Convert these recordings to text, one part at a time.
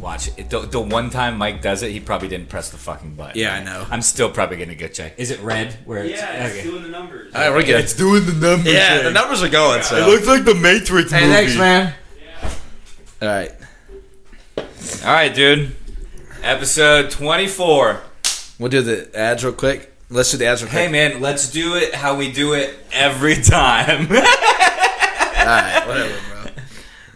Watch it. The, the one time Mike does it, he probably didn't press the fucking button. Yeah, I know. I'm still probably gonna go check. Is it red? Where it's, Yeah, it's okay. doing the numbers. All right, we're good. It's doing the numbers. Yeah, thing. the numbers are going. So. It looks like the Matrix hey, movie. thanks, man. Yeah. All right, All right, dude. Episode 24. we'll do the ads real quick. Let's do the ads real quick. Hey, man, let's do it how we do it every time. All right, whatever, bro.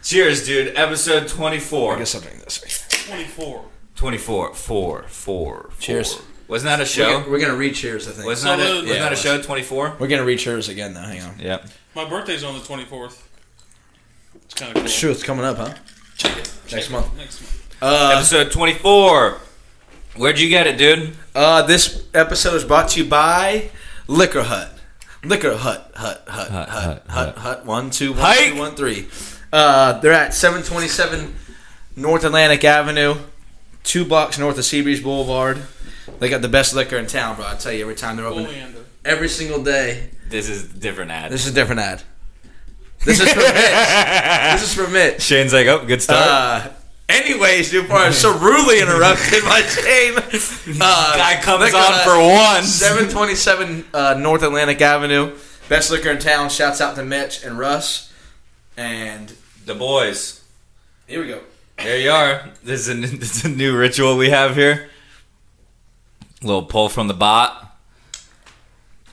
Cheers, dude. Episode 24. I guess I'll drink this. 24. 24. Four. Four. Cheers. Four. Wasn't that a We're show? gonna, we're gonna re-cheers, I think. Wasn't that a, Salute. wasn't Yeah, that it a show? was. 24. We're gonna re-cheers again, though. Hang on. Yep. My birthday's on the 24th. It's kind of cool. Sure, it's coming up, huh? Check it. Next month. Next month. Uh, Episode 24. Where'd you get it, dude? uh, this episode is brought to you by Liquor Hut. Liquor Hut, Hut, Hut, Hut, Hut, Hut, one, two, one, Hike. two, one, three. Uh, they're at 727 North Atlantic Avenue, two blocks north of Seabreeze Boulevard. They got the best liquor in town, bro. I tell you, every time they're open, Oleander. every single day. This is different ad. This is a different ad. This is for Mitch. This is for Mitch. Shane's like, oh, good stuff. Uh, anyways, dude, before I'm so rudely interrupted by Shane. Uh, Guy comes liquor on Hut, for once. 727 uh, North Atlantic Avenue. Best liquor in town. Shouts out to Mitch and Russ. And The boys. here we go. There you are. This is a, n- this is a new ritual we have here. Little pull from the bot.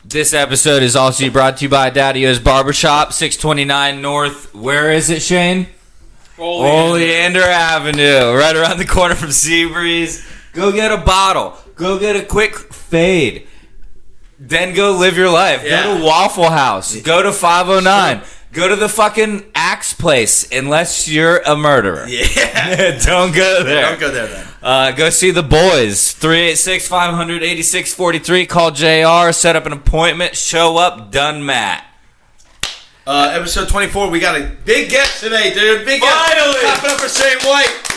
This episode is also brought to you by Daddy O's Barbershop, 629 North. Where is it, Shane? Oh, Oleander. Oleander Avenue, right around the corner from Seabreeze. Go get a bottle. Go get a quick fade. Then go live your life. Go Yeah. to Waffle House. Go to 509. Go to the fucking axe place, unless you're a murderer. Yeah. Don't go there. Don't go there then. Uh, go see the boys. 386 500 8643. Call JR. Set up an appointment. Show up. Done, Matt. Uh, episode 24, we got a big guest today, dude. Big guest. Finally! Clap it up for Shane White.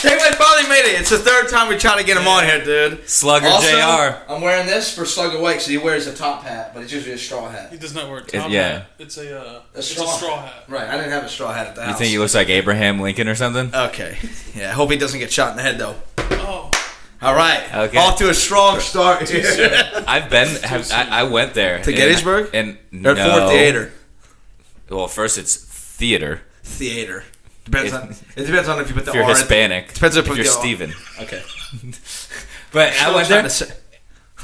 Shane White finally made it. It's the third time we try to get him on here, dude. Slugger JR. I'm wearing this for Slugger White, so he wears a top hat, but it's usually a straw hat. He does not wear a top yeah. hat. It's a, uh, A it's straw. a straw hat. Right, I didn't have a straw hat at the You house. think he looks like Abraham Lincoln or something? Okay. Yeah, I hope he doesn't get shot in the head, though. Oh. All right. Okay. Off to a strong start. here. I've been. Have, I, I went there To in- Gettysburg? and They're no. at Ford Theater. Well, first it's theater. Theater. Depends If- on, it depends on if you put the If you're R at the- Hispanic, Depends if if you're you- Steven. Okay. But I Still went trying there. to say-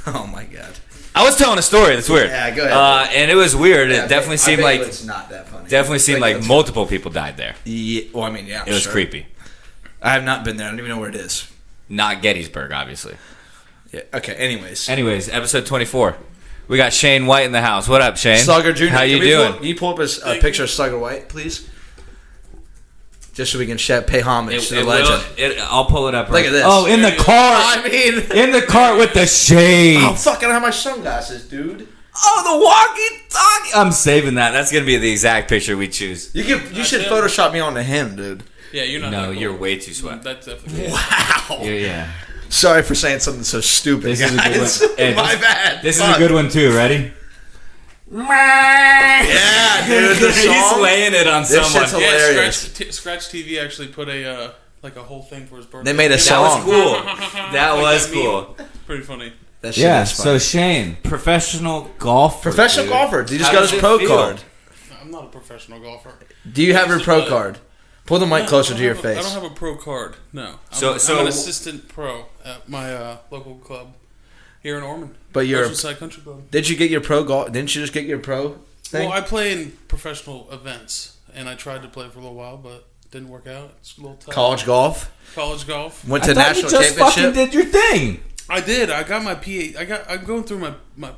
Oh, my God. I was telling a story. That's weird. Yeah, go ahead. Uh, and it was weird. Yeah, I it definitely bet- I seemed bet you like it's not that funny. definitely seemed like, it's- multiple people died there. Yeah, well, I mean, yeah, It was sure. creepy. I have not been there. I don't even know where it is. Not Gettysburg, obviously. Yeah. Okay. Anyways, Anyways, episode 24. We got Shane White in the house. What up, Shane? Slugger Junior, How you can we pull- doing? can you pull up his uh, Thank picture of Slugger White, please? Just so we can shed, pay homage It- to the it will- legend. it- I'll pull it up. Look at this. Oh, in the There you go. car. I mean, Oh, In the car with the I'm shades. fucking have my sunglasses, dude. Oh, the walkie-talkie. I'm saving that. That's gonna be the exact picture we choose. You can, you I should do. Photoshop me onto him, dude. Yeah, you're not. No, that cool. you're way too sweat. That's definitely. Wow. Yeah, yeah. Sorry for saying something so stupid. This is a good guys. one. Hey, my this- bad. This is Fuck. a good one too. Ready? Yeah, dude. The He's song. laying it on This someone. shit's Yeah, hilarious. Scratch, t- Scratch TV actually put a uh, like a whole thing for his birthday. They made a That was song. cool. That Like was that meme. cool. Pretty funny. That shit Yeah. is So funny. Shane, professional golfer. Professional dude. golfer. You just How got does his it pro feel? card. I'm not a professional golfer. Do you have your Just pro a- card? Pull the mic closer to your I don't have a- I face. don't have a pro card. No. I'm, So- I'm so- an assistant pro at my uh, local club here in Ormond. But you're. Oceanside Country Club. Did you get your pro golf? Didn't you just get your pro thing? Well, I play in professional events, and I tried to play for a little while, but didn't work out. It's a little tough. College golf. College golf. Went I to thought national you just fucking championship. did your thing. I did. I got my PA. I got. I'm going through my my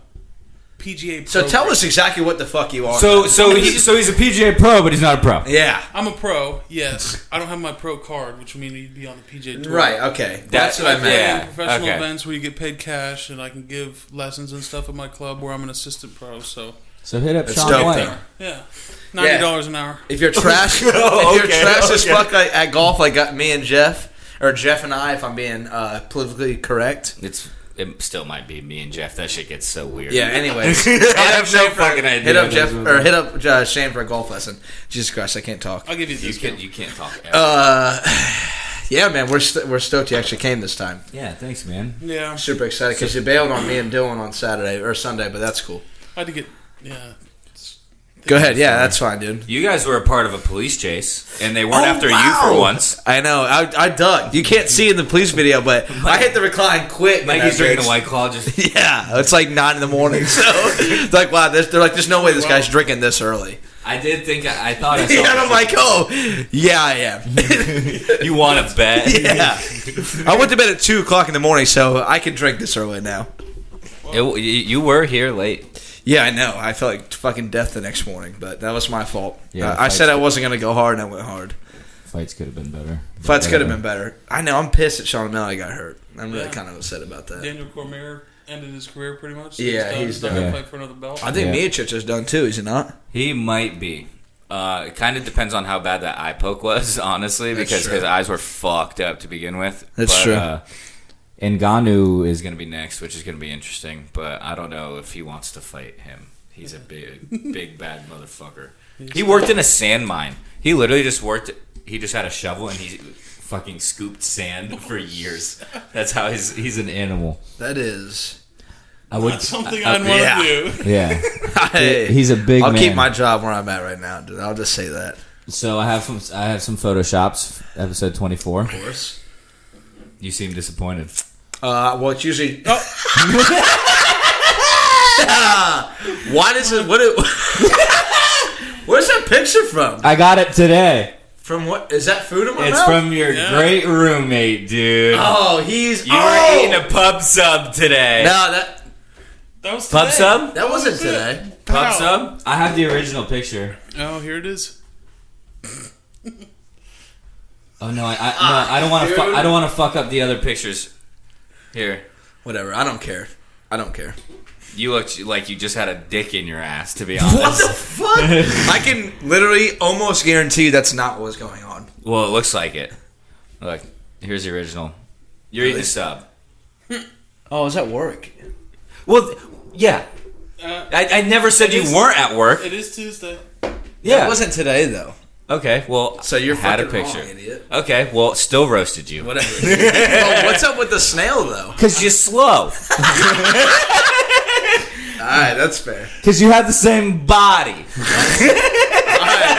PGA. so tell program. us exactly what the fuck you are. So so he, so he's a PGA pro, but he's not a pro. yeah. I'm a pro. Yes, I don't have my pro card, which means you'd be on the PGA tour. Right. Okay. That's what I meant. yeah, Yeah, professional okay. events where you get paid cash, and I can give lessons and stuff at my club where I'm an assistant pro. So So hit up That's Sean dope, White. though. yeah, ninety dollars an hour. If you're trash, Oh, if you're okay, trash as okay. fuck like, at golf, like uh, me and Jeff, or Jeff and I, if I'm being uh, politically correct. It's it still might be me and Jeff. That shit gets so weird. Yeah. Anyways, I hit up have no Shane for- fucking idea. Hit up Jeff That's- or hit up uh, Shane for a golf lesson. Jesus Christ, I can't talk. I'll give you the You discount. can't you can't talk. Uh, Yeah, man, we're st- we're stoked you actually came this time. Yeah, thanks, man. Yeah, I'm super excited because you bailed on me and Dylan on Saturday or Sunday, but that's cool. I had to get. Yeah, it's- Go ahead, yeah, that's fine, dude. You guys were a part of a police chase, and they weren't Oh, after you wow. for once. I know. I, I ducked. You can't see in the police video, but I hit the recline quick. when Mikey's I drinking a bitch. white claw. Just Yeah, it's like nine in the morning. So it's like, wow, there's, they're like, there's no way this guy's drinking this early. I did think I, I thought I saw. Yeah, and I'm like, oh, yeah, I am. you want to bet? yeah, I went to bed at two o'clock in the morning, so I can drink this early now. It- you- you were here late. Yeah, I know. I felt like fucking death the next morning, but that was my fault. Yeah, Uh, I said fights- I wasn't gonna go hard, and I went hard. Fights could have been better. Fights could have been better. I know. I'm pissed that Sean O'Malley got hurt. I'm really Yeah. kind of upset about that. Daniel Cormier ended his career pretty much. Yeah, he's not done. gonna fight for another belt. I think Yeah. Miocic is done too. Is he not? He might be. Uh, it kind of depends on how bad that eye poke was, honestly, That's because true. his eyes were fucked up to begin with. That's but, true. Uh, Ngannou is going to be next, which is going to be interesting, but I don't know if he wants to fight him. He's a big, big bad motherfucker. He worked in a sand mine. He literally just worked. He just had a shovel and he fucking scooped sand for years. That's how he's he's an animal. That is. I would. That's something I- I- I'd want to Uh, yeah. do. yeah. Hey. He's a big. I'll keep man. my job where I'm at right now, dude. I'll just say that. So I have some. I have some photoshops. Episode twenty four. Of course. You seem disappointed. Uh, well, it's usually. Why does it? What? It, where's that picture from? I got it today. From what? Is that food in my It's mouth? from your Yeah. great roommate, dude. Oh, he's. you oh! were eating a pub sub today. No, that That was Pub today. sub. that wasn't today. Pub Wow. sub. I have the original picture. Oh, here it is. Oh no, I, I no, I don't want to. Fu- Ah, dude. I don't want to fuck up the other pictures. Here, Whatever. I don't care. I don't care. you looked like you just had a dick in your ass. To be What honest. the fuck? I can literally almost guarantee you that's not what was going on. well, it looks like it. Look, here's the original. You're eating a sub. Oh, is that work? Well, th- yeah. Uh, I, I never said you is- weren't at work. it is Tuesday. yeah. It wasn't today though. Okay, well, So you're I had a fucking picture. wrong, idiot. Okay, well, still roasted you Whatever. Well, what's up with the snail though? because you're slow. All right, that's fair. Because you have the same body.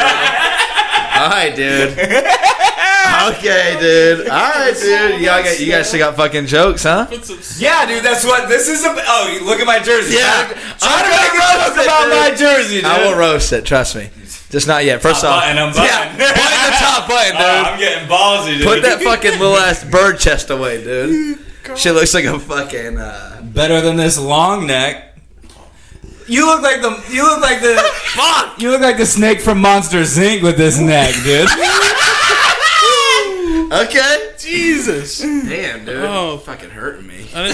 All right, dude. Okay, dude. All right, dude. Y'all got you guys still got fucking jokes, huh? Put some. Yeah, dude, that's what this is. About. Oh, you look at my jersey. Yeah. Try to- try to make a joke Roast it, about my dude. jersey, dude. I will roast it. Trust me. Just not yet. First Top off, button, I'm button. yeah, button the top button, dude. Oh, I'm getting ballsy, dude. Put that fucking little ass bird chest away, dude. Shit looks like a fucking. Uh, better than this long neck. You look like the you look like the fuck. You look like the snake from Monsters Inc. with this neck, dude. okay. Jesus. I Damn, dude. Oh. fucking hurting me. didn't know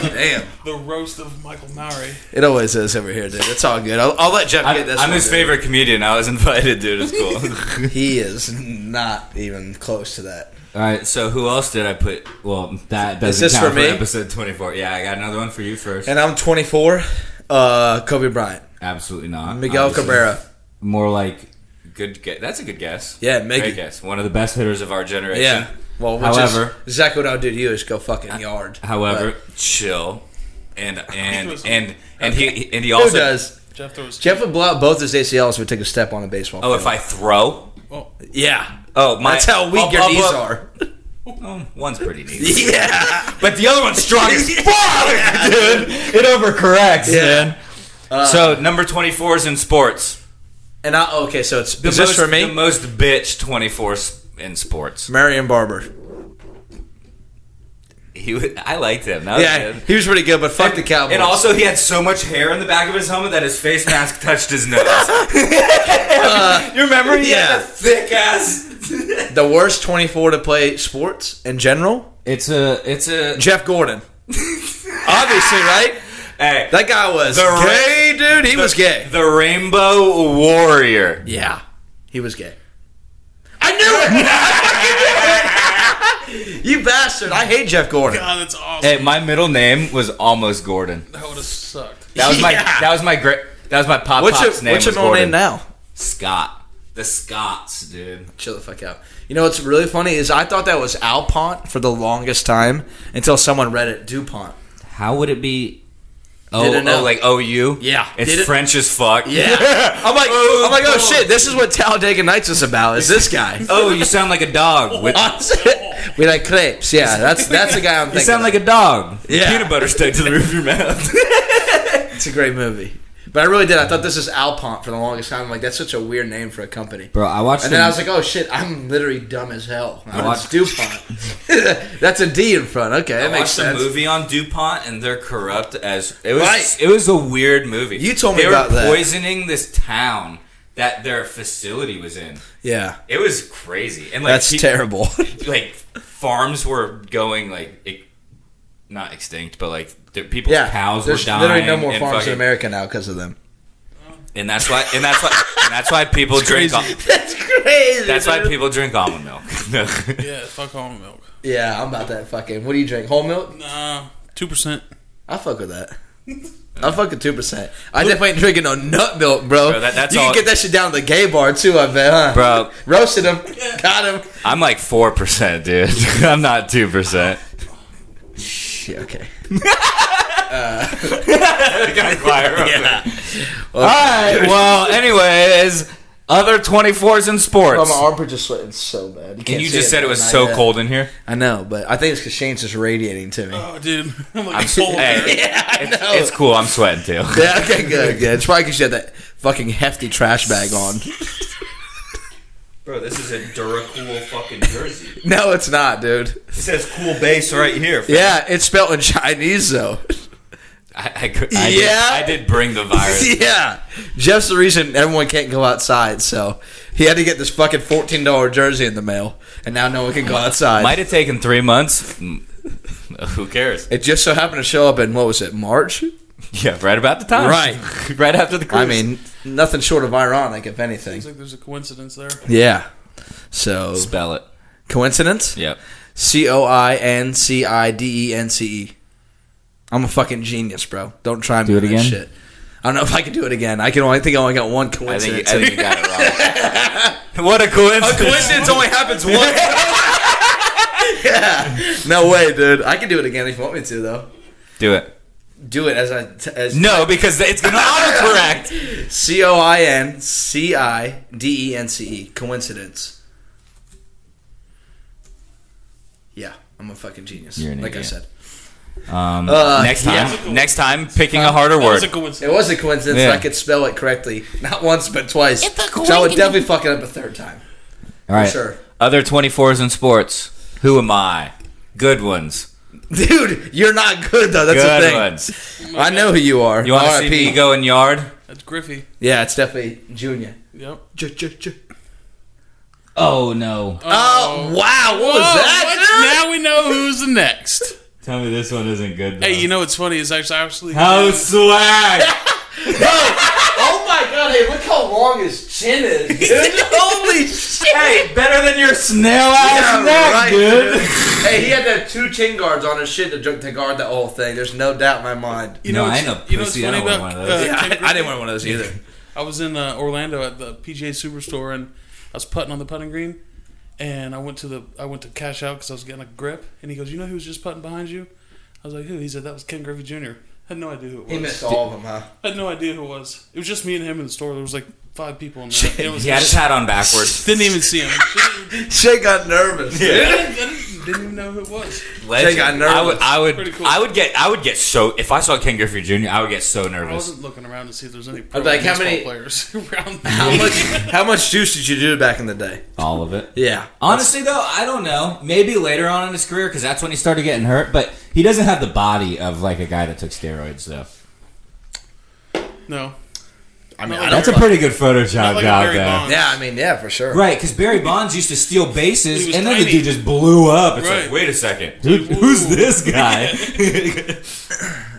about Damn. the, the roast of Michael Maury. It always is over here, dude. It's all good. I'll, I'll let Jeff I, get this. am one, his dude. favorite comedian. I was invited, dude. It's cool. He is not even close to that. All right, so who else did I put? Well, that doesn't this count for for, me? episode 24. Yeah, I got another one for you first. And I'm 24. Uh, Kobe Bryant, Absolutely not. Miguel Obviously. Cabrera. More like good. Guess. That's a good guess. Yeah, make Great it- guess. One of the best hitters of our generation. Yeah. Well, which However- is exactly what I'll do to you is go fucking yard. However, chill, and and was- and and he and he But who also does? Jeff throws. Jeff would blow out both his ACLs if we take a step on a baseball. Oh, if field. I throw. Oh, yeah, Oh, my, that's how weak I'll- your I'll- knees I'll- are. Oh, one's pretty neat, yeah, but the other one's strong as fuck, dude. It overcorrects, Yeah. Uh, man. so number twenty four is in sports. And I okay, so it's The is most, this for The me? most bitch 24 in sports. Marion Barber. He, wa- I liked him. That was Yeah, good. he was pretty good, but fuck the Cowboys. And also, he had so much hair in the back of his helmet that his face mask touched his nose. you remember? He yeah. had a thick ass. the worst twenty-four to play sports in general. It's a. It's a. Jeff Gordon, obviously, right? Hey, That guy was The ra- gay, Ah. dude. He was gay. the Rainbow Warrior. Yeah, he was gay. I knew it. I fucking knew it. you bastard! I hate Jeff Gordon. God, that's awesome. Hey, my middle name was almost Gordon. That would have sucked. That was my. Yeah. That was my great. That was my pop What's your pop's name. What's your was middle Gordon. name now? Scott. The Scots, dude. Chill the fuck out. You know what's really funny is I thought that was Alpont for the longest time until someone read it Dupont. How would it be? Oh, Didn't know. oh like OU? Yeah. It's Did it- French as fuck. I'm like, Oh, I'm like, oh God. shit, this is what Talladega Nights is about. Is this guy? Oh, you sound like a dog. With, we like crepes. Yeah, that's that's the guy I'm you thinking. sound of. like a dog. Yeah. Peanut butter stuck to the roof of your mouth. it's a great movie. But I really did. I thought this is Alpont for the longest time. I'm like, that's such a weird name for a company. Bro, I watched And then I was like, oh shit, I'm literally dumb as hell. I But it's watched- Dupont. that's a D in front. Okay, that I makes watched sense. a movie on DuPont and they're corrupt as it was Right. it was a weird movie. You told me they about were that. poisoning this town that their facility was in. Yeah, It was crazy. And like that's pe- terrible. like farms were going like ex- not extinct, but like their, people's yeah, cows were there's dying. literally no more and farms fucking- in America now because of them. and that's why and that's why and that's why people drink. al- That's crazy. That's dude. why people drink almond milk. Yeah, fuck almond milk. Yeah, I'm about that fucking. What do you drink? Whole milk? Nah, two percent. I fuck with that. I fuck with two percent. I definitely ain't drinking no nut milk, bro. Bro, that- that's you all- can get that shit down at the gay bar too. I bet, huh? Bro. roasted him, got him. I'm like four percent, dude. I'm not two percent. Shit, okay. yeah. All right. Well, anyways, other 24s in sports. Oh, my armpit just sweating so bad. and can't you see just said it was Not so yet. cold in here. I know, but I think it's because Shane's just radiating to me. Oh, dude, I'm like I'm cold. hey, I know. It's cool. I'm sweating too. yeah, okay, good, good. It's probably because you had that fucking hefty trash bag on. Bro, this is a Duracool fucking jersey. No, it's not, dude. It says cool base right here. Yeah, it's spelled in Chinese though. I, I, cou- I Yeah. Did, I did bring the virus. yeah. Jeff's the reason everyone can't go outside, so he had to get this fucking fourteen dollar jersey in the mail, and now no one can go outside. Might have taken three months. Mm. Who cares? it just so happened to show up in what was it, March? Yeah, right about the time. Right. right after the cruise. I mean, nothing short of ironic, if anything. Seems like there's a coincidence there. Yeah. So spell it. coincidence? Yep. C O I N C I D E N C E. I'm a fucking genius, bro. Don't try me Do it with that again? Shit. I don't know if I can do it again. I can only I think I only got one I think, you, I coincidence. think you got it wrong. what a coincidence. only happens once. yeah. No way, dude. I can do it again if you want me to, though. Do it. Do it as I t- as No, because it's going to autocorrect. C O I N C I D E N C E coincidence. Yeah, I'm a fucking genius. You're an like idiot. I said, Um, Uh, next time, yeah. next time, picking a harder That was word. a coincidence. it was a coincidence. Yeah. I could spell it correctly, not once but twice. So I would definitely fuck it up a third time. All right. sure. Other twenty fours in sports. Who am I? Good ones. Dude, you're not good though. That's Good the thing. ones. I know who you are. You want to see RIP. me go in yard? That's Griffey. Yeah, it's definitely Junior. Yep. Ju- ju- ju- Oh no! Oh, wow, what was that? Now we know who's the next. Tell me this one isn't good. Hey, you know what's funny is actually actually how swag! dude? Oh my god, hey, look how long his chin is, dude. Holy shit. hey, better than your snail ass Yeah, neck, right, dude. dude. Hey, he had to have two chin guards on his shit to, ju- to guard the whole thing. There's no doubt in my mind. You know, No, I what's- ain't a you know what's pussy. I funny don't about want one of uh, those. Ken Griffey? want one of those either. I was in uh, Orlando at the PGA Superstore and I was putting on the putting green, and I went to the I went to cash out because I was getting a grip, and he goes, "You know who was just putting behind you?" I was like, "Who?" He said, "That was Ken Griffey Jr." I had no idea who it was. He missed all of them, huh? I had no idea who it was. It was just me and him in the store. There was like five people in there. It was He had his hat on backwards. didn't even see him. Didn't, didn't, Shay got nervous. dude. didn't- didn't even know who it was. Legend. got I would, nervous. I Pretty would, cool. I would get, I would get so. If I saw Ken Griffey Jr., I would get so I nervous. wasn't looking around to see if there's any pro like, how baseball many- players around. How much how much juice did you do back in the day? All of it. Yeah. Honestly, though, I don't know. Maybe later on in his career, because that's when he started getting hurt. But he doesn't have the body of like a guy that took steroids, though. No, I mean, Not I don't like That's a know. pretty good Photoshop Not like a job, Barry though. Bonds. Yeah, I mean, yeah, for sure. Right, because Barry Bonds used to steal He bases, was and then the tiny. dude just blew up. It's Right. like, wait a second, Dude, who's whoa. this guy?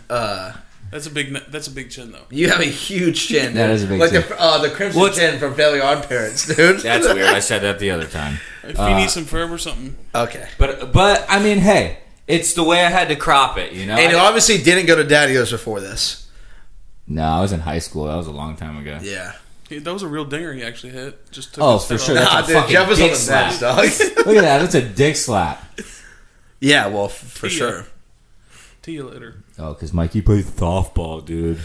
that's a big ne- that's a big chin though. You have a huge chin. That dude. is a big like chin. the uh, the crimson Well, it's- chin from Fairly Odd Parents, dude. that's weird. I said that the other time. If you Uh, need some forever something, okay. But but I mean, hey, it's the way I had to crop it, you know. And it I- obviously didn't go to Daddy O's before this. no, I was in high school. That was a long time ago. Yeah. He, that was a real dinger he actually hit. Just took Oh, his for foot sure. off. That's Nah, a dude, fucking Jeff was on dick the bench, dog. Look at that. That's a dick slap. yeah, well, f- for Yeah. sure. See you later. Oh, because Mikey played softball, dude.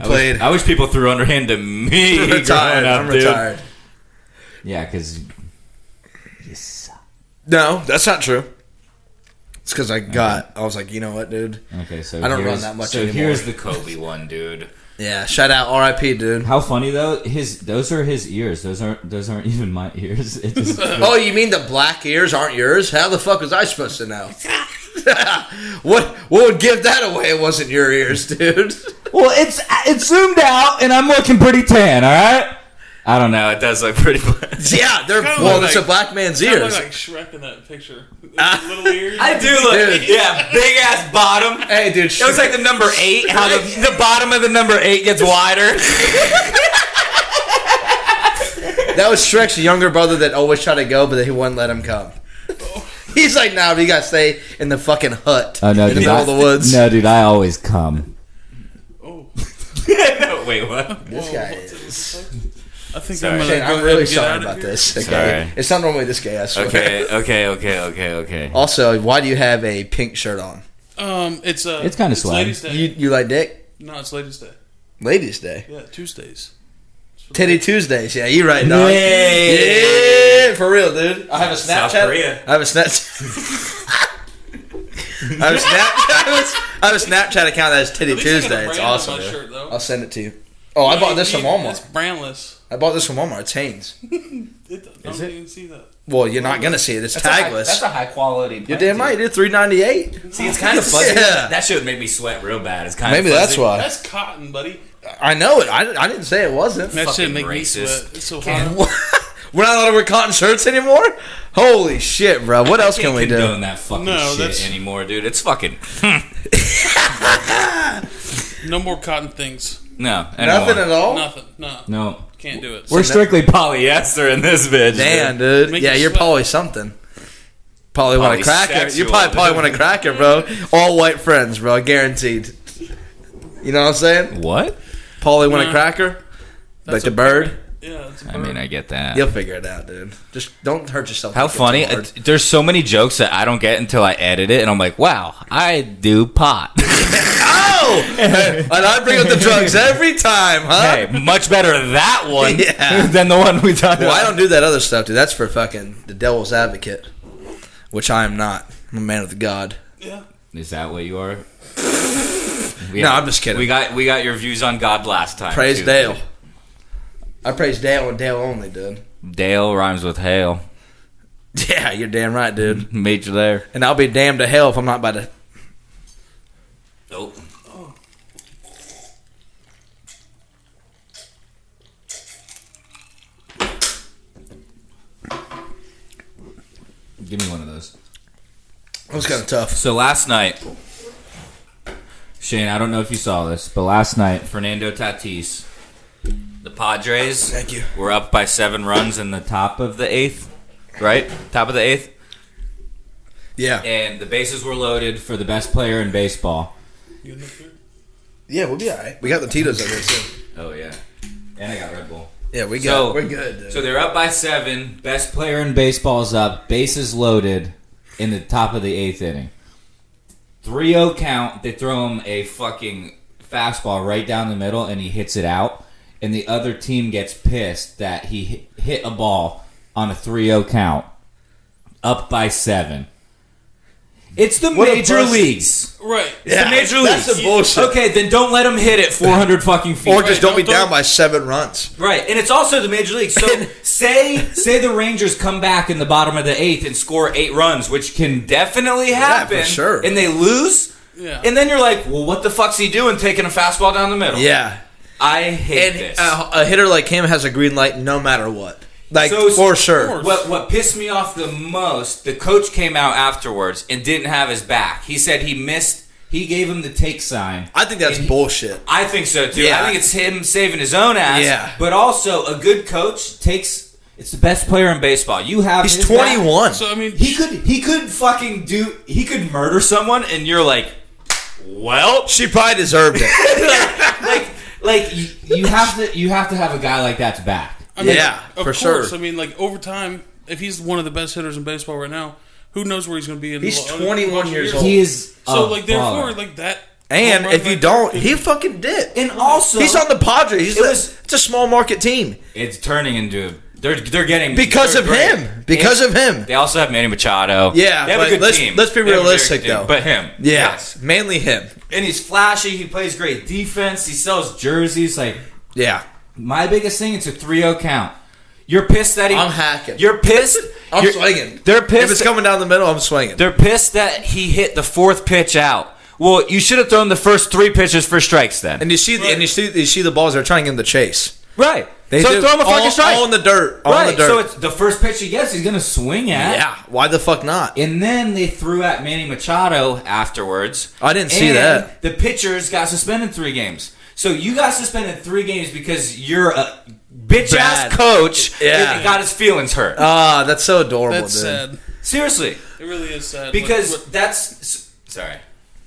Played. I wish people threw underhand to me. growing retired. up, I'm dude. retired. Yeah, because you suck. No, that's not true. It's because I got. I was like, you know what, dude? Okay, so I don't run here's- that much So anymore. here's the Kobe one, dude. yeah, shout out, R.I.P., dude. How funny though? His those are his ears. Those aren't those aren't even my ears. It just, Oh, you mean the black ears aren't yours? How the fuck was I supposed to know? what what would give that away? It wasn't your ears, dude. well, it's it's zoomed out, and I'm looking pretty tan. All right. I don't know. No, it does look pretty. yeah, they're Kinda well, look it's like- a black man's Kind of ears. look like Shrek in that picture. Little ears. I do look. Dude. Yeah, big ass bottom. hey, dude, sh- It looks like the number eight. How the, the bottom of the number eight gets wider. that was Shrek's younger brother that always tried to go, but he wouldn't let him come. Oh. He's like, nah, we gotta stay in the fucking hut Oh no, in the dude. middle I- of the woods. No, dude. I always come. Oh, no, wait, what? This guy is. I think Sorry. I'm gonna. Shane, go ahead I'm really and get out sorry of about here. this. Okay, Sorry. it's not normally this gay. I swear. Okay, okay, okay, okay, okay. Also, why do you have a pink shirt on? Um, it's uh, It's kinda swag. Ladies' Day. You you like dick? no, it's Ladies' Day. Ladies' Day, Yeah, Tuesdays. Teddy Tuesdays. Yeah, you right, dog. Yay. Yeah, for real, dude. I have a Snapchat. South Korea. I have a Snapchat. I have a Snapchat. I have a- I have a Snapchat account that has Teddy At least I got a Tuesday. It's brand on awesome. my dude. shirt, though. I'll send it to you. Oh, I bought this from It's Walmart. brandless. I bought this from Walmart. It's Hanes. It, I don't it? even see that. Well, you're not gonna see it. It's tagless. a high quality. You're damn right. It's three ninety eight. See, it's kind of fuzzy. Yeah. That shit would make me sweat real bad. It's kind Maybe of fuzzy. that's why. That's cotton, buddy. I know it. I, I didn't say it wasn't. That Fucking shit make me racist. sweat. It's so hot. We're not allowed to wear cotton shirts anymore. Holy shit, bro! What else can we do? Doing that fucking No, shit that's- anymore, dude. It's fucking No more cotton things. no. I don't Nothing want- at all. Nothing. No, No, can't do it. we're strictly poly. polyester in this bitch. Damn, dude. dude. Make yeah, you you're sweat. probably something. Probably want a cracker. You Polysexual, probably probably dude. want a cracker, bro. All white friends, bro. Guaranteed. You know what I'm saying? What? Probably want a Nah. cracker. That's like the a bird. Yeah, it's a I mean, I get that. You'll figure it out, dude. Just don't hurt yourself. How too funny! hard. Uh, There's so many jokes that I don't get until I edit it, and I'm like, "Wow, I do pot." Oh, and I bring up the drugs eh? every time, huh? hey, much better that one Yeah. than the one we talked Well, I about. don't do that other stuff, dude. That's for fucking the devil's advocate, which I am not. I'm a man of the god. yeah. Is that what you are? We No, have- I'm just kidding. We got we got your views on God last time. Praise too. Dale. I praise Dale and Dale only, dude. Dale rhymes with hail. Yeah, you're damn right, dude. Meet you there. And I'll be damned to hell if I'm not about to. Nope. Give me one of those. It was kind of tough. So last night, Shane, I don't know if you saw this, but last night Fernando Tatis, the Padres. Thank you. We're up by seven runs in the top of the eighth, right? Top of the eighth, Yeah. and the bases were loaded. for the best player in baseball, You look good. Yeah, we'll be all right. We got the Tito's over here, too. Oh yeah, and I got Red Bull. Yeah, we got. So- we're good, dude. So they're up by seven. best player in baseball's up, bases loaded, in the top of the eighth inning. 3-0 count. They throw him a fucking fastball right down the middle, and he hits it out. And the other team gets pissed that he hi- hit a ball on a 3-0 count, up by seven. It's the What a major bust. leaves. Right. yeah, the major that's leagues. the bullshit. Okay, then don't let him hit it 400 fucking feet. Or just Right, don't be don't- down by seven runs. right, and it's also the major league. So say say the Rangers come back in the bottom of the eighth and score eight runs, which can definitely happen. for sure. And they lose, Yeah. and then you're like, well, what the fuck's he doing taking a fastball down the middle? Yeah. I hate And this. a, a hitter like him has a green light no matter what. Like, So- for sure. What what pissed me off the most, the coach came out afterwards and didn't have his back. He said he missed. He gave him the take sign. I think that's And he- bullshit. I think so too. Yeah. I think it's him saving his own ass. Yeah. But also, a good coach takes. It's the best player in baseball. You have. He's his back. 21. so I mean, He could. He could fucking do. He could murder someone, and you're like, well, She probably deserved it. like, Like you, you have to you have to have a guy like that to back. I mean, Yeah, of for course. sure. I mean, like over time, if he's one of the best hitters in baseball right now, who knows where he's going to be in? He's the, 21 years old. Oh, He is So a like therefore, baller. like that. And home run if you record- don't, he fucking did. and also He's on the Padres. He's It a- was- it's a small market team It's turning into they're they're getting because they're of great. him. Because And of him. they also have Manny Machado. Yeah, they have but a good let's- team. let's be They have a very realistic, good team. though. But him, Yes, mainly him. and he's flashy. He plays great defense. He sells jerseys. Like Yeah, my biggest thing, it's a 3-0 count. You're pissed that he. I'm hacking. You're pissed. I'm You're- swinging. They're If it's pissed. coming down the middle, I'm swinging. They're pissed that he hit the fourth pitch out. Well, you should have thrown the first three pitches for strikes then. And you see, and you see, you see the balls. They're trying to get him to chase. right. They so do. throw him a All- fucking strike. all in the dirt. All right. in the dirt. So it's the first pitch he gets, he's gonna swing at. yeah. Why the fuck not? And then they threw at Manny Machado afterwards. I didn't see and that. The pitchers got suspended three games. So you got suspended three games because you're a bitch Bad. ass coach Yeah. and got his feelings hurt. Ah, that's so adorable, That's dude. uh, sad. Seriously, It really is sad. because Like, what- that's s- sorry.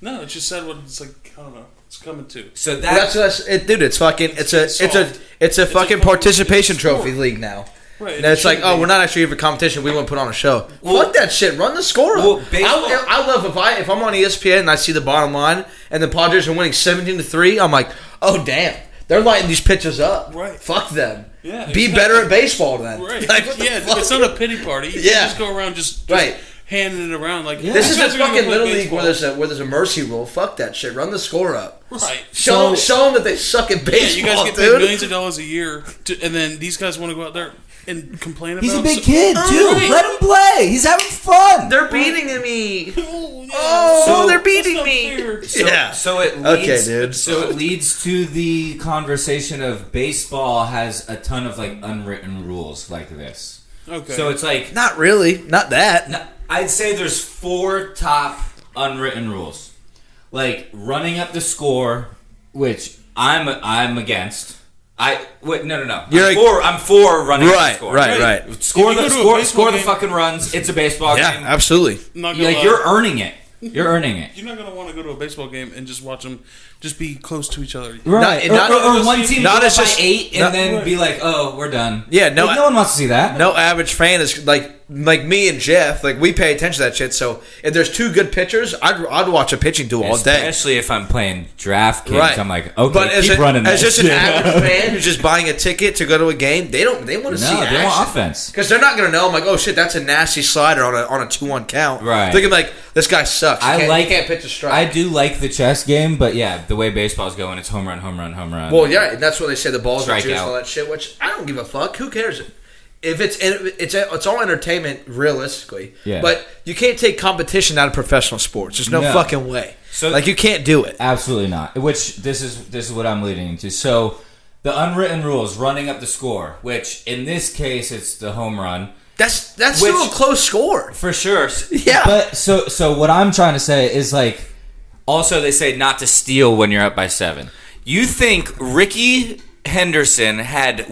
no, it's just sad. What it's like. I don't know. It's coming to. So Well, that's that's that's it, dude. It's fucking. It's a. It's a. soft. It's a a fucking fucking participation sport. trophy league now. Right. And it's it like, shouldn't oh, be. we're not actually here for competition. We want to put on a show. Well- Fuck that shit. Run the score up. Well, baseball- I, I love if I if I'm on E ESPN and I see the bottom line and the Padres are winning seventeen to three. I'm like, oh damn, they're lighting these pitches up. Right. Fuck them. Yeah, Be exactly. better at baseball then. Right. Like, what the yeah, fuck? it's not a pity party. You Yeah. yeah. just go around just, just Right. handing it around like This is "You a guys are gonna fucking play little league baseball." where there's a where there's a mercy rule. Fuck that shit. Run the score up. right. So- Show, show them that they suck at Yeah, baseball, you guys get paid dude. millions of dollars a year, to, and then these guys want to go out there and complain about. he's a big so- kid too. Right. Let him play. He's having fun. They're beating me. Oh, yeah. Oh, So- they're That's beating not me. fair. So, Yeah. So it Okay, leads, dude. So it leads to the conversation of baseball has a ton of like unwritten rules like this. Okay. So it's like Not really. Not that. No, I'd say there's four top unwritten rules, like running up the score, which I'm I'm against. I wait, no no no. You're I'm a- for I'm for running up Right, the score. right, right. Score If you the go to a score baseball score the game- fucking runs. It's a baseball game. absolutely. I'm not gonna You're, like lie. you're earning it. You're earning it. You're not gonna want to go to a baseball game and just watch them just be close to each other. Right. and not- or, or- or one team not not as by just- eight and not- then be like, oh, we're done. Yeah, no, Like, I- no one wants to see that. No average fan is like like me and Jeff. Like we pay attention to that shit. So if there's two good pitchers, I'd, I'd watch a pitching duel all day. Especially if I'm playing DraftKings, Right. I'm like, okay, but as, keep a- running as that just an shit. average fan who's just buying a ticket to go to a game, they don't they want to see no, they want action. offense. Because they're not gonna know. I'm like, oh shit, that's a nasty slider on a on a two one count. Right. They're gonna be like, this guy sucks. He I can't, like he can't pitch a strike. I do like the chess game, but yeah, the way baseball's going, it's home run, home run, home run. Well, yeah, and that's what they say the balls are Strike juice and out. all that shit. Which I don't give a fuck. Who cares? If it's it's it's all entertainment, realistically. Yeah. But you can't take competition out of professional sports. There's no, No. fucking way. So- like you can't do it. absolutely not. Which this is this is what I'm leading into. So the unwritten rules running up the score, which in this case it's the home run That's that's still a Which- close score. for sure. Yeah. But so so what I'm trying to say is like Also, they say not to steal when you're up by seven. You think Ricky Henderson had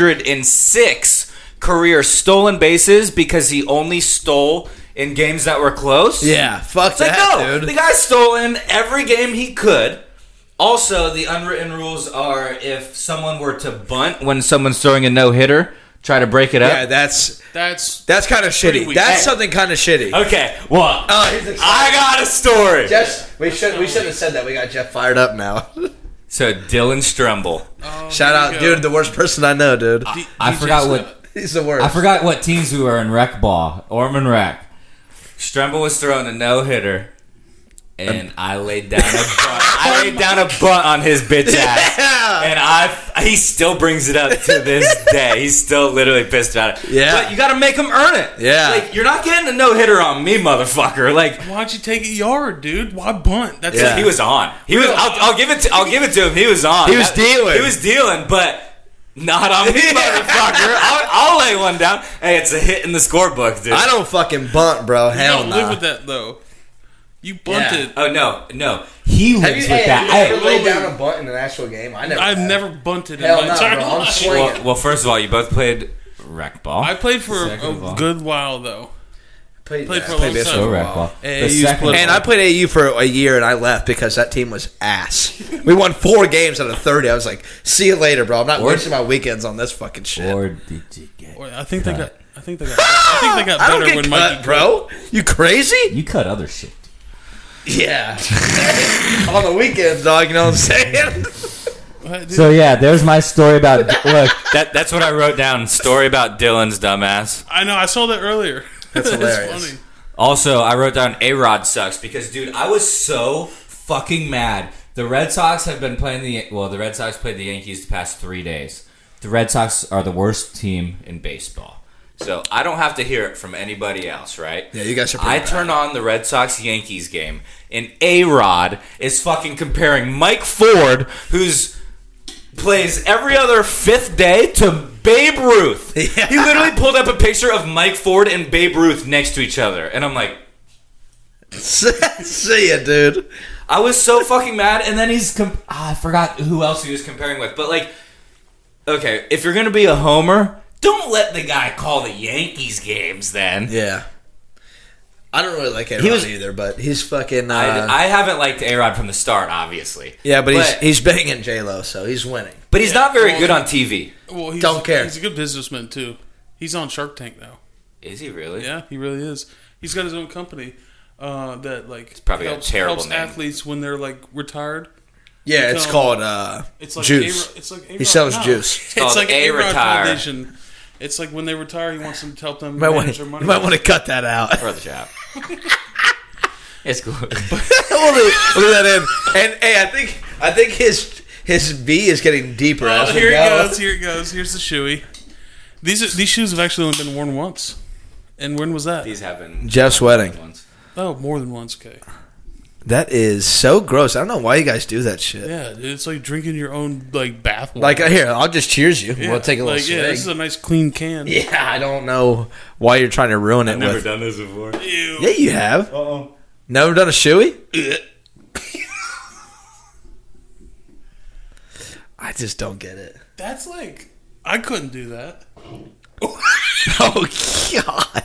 1,406 career stolen bases because he only stole in games that were close? yeah. Fuck It's like, that, no, dude. the guy's stolen every game he could. Also, the unwritten rules are if someone were to bunt when someone's throwing a no hitter, try to break it up. yeah, that's That's that's kind of shitty. weak. That's Hey. something kind of shitty. Okay, well, Oh, he's excited. I got a story. Jeff, we should we shouldn't have said that. We got Jeff fired up now. So, Dylan Strumble. oh, Shout there out, you go. dude, the worst person I know, dude. D- I DJ forgot what- Scott. He's the worst. I forgot what teams we were in rec ball, Orman rec. Strumble was throwing a no hitter, and I laid down a bunt. I laid down a bunt on his bitch ass, Yeah. and I he still brings it up to this day. He's still literally pissed about it. Yeah. but you got to make him earn it. Yeah. like you're not getting a no hitter on me, motherfucker. Like. Why'd you take a yard, dude? Why bunt? That's Yeah. He was on. He was. I'll, I'll give it. To, I'll give it to him. He was on. He was dealing. He was dealing, but not on me, motherfucker. I'll, I'll lay one down. Hey, it's a hit in the scorebook, dude. I don't fucking bunt, bro. Hell don't no. live with that though. You bunted. Oh no, no. He lives with that. Have you Hey, ever laid down a bunt in an actual game? I never. I've have. never bunted Hell in my no, entire bro. I'm life. swinging. Well, well, first of all, you both played rec ball. I played for Second of a all. good while though. Played, Played for a played long baseball time. for a Correct. while. Well, Hey, the you second, split- And I played AU for a year, and I left because that team was ass. We won four games out of thirty. I was like, "See you later, bro. I'm not wasting my weekends on this fucking shit." or did you get? Or I think they got. I think they got. I think they got I don't better get when cut, Mikey. bro. You crazy? You cut other shit. Yeah. on the weekends, dog. You know what I'm saying? Dude, So yeah, there's my story about look. That, that's what I wrote down. Story about Dylan's dumbass. I know. I saw that earlier. That's hilarious. Also, I wrote wrote down A Rod sucks because, dude, I was so fucking mad. The Red Sox have been playing the well. The Red Sox played the Yankees the past three days. The Red Sox are the worst team in baseball. So I don't have to hear it from anybody else, right? Yeah, you guys are pretty I bad. turn on the Red Sox Yankees game, and A Rod is fucking comparing Mike Ford, who's plays every other fifth day, to Babe Ruth. Yeah. He literally pulled up a picture of Mike Ford and Babe Ruth next to each other, and I'm like, See ya, dude. I was so fucking mad. And then he's comp- ah, I forgot who else he was comparing with, but like, okay, if you're gonna be a homer, don't let the guy call the Yankees games. Then Yeah. I don't really like it was- either, but he's fucking. Uh, I, I haven't liked A Rod from the start, obviously. yeah, but he's but- he's banging J Lo, so he's winning. But he's not very well- good on TV. Well, he's, Don't care. He's a good businessman too. He's on Shark Tank now. Is he really? Yeah, he really is. He's got his own company uh, that like probably got a helps, terrible helps name. athletes when they're like retired. Yeah, Become- it's called uh, It's like juice. A- it's like A-Rod. he sells no. juice. It's, called like A a Rod Retire. Foundation. It's like when they retire, he wants them to help them You might manage want their to money. you might want to cut that out. For the job. it's cool. we'll leave, we'll leave that in. And hey, I think I think his his B is getting deeper Oh, as we here it go. goes. Here it goes. Here's the shoey. These are, these shoes have actually only been worn once. And when was that? These have been Jeff's wedding. ones. oh, more than once. Okay. That is so gross. I don't know why you guys do that shit. Yeah, dude, it's like drinking your own like bath. water. Like uh, here, I'll just cheers you. Yeah, We'll take a little like, Yeah, this is swig. a nice clean can. Yeah, I don't know why you're trying to ruin it with. done this before. Ew. Yeah, you have. Uh-oh. Never done a shoey? I just don't get it. That's like I couldn't do that. Oh God.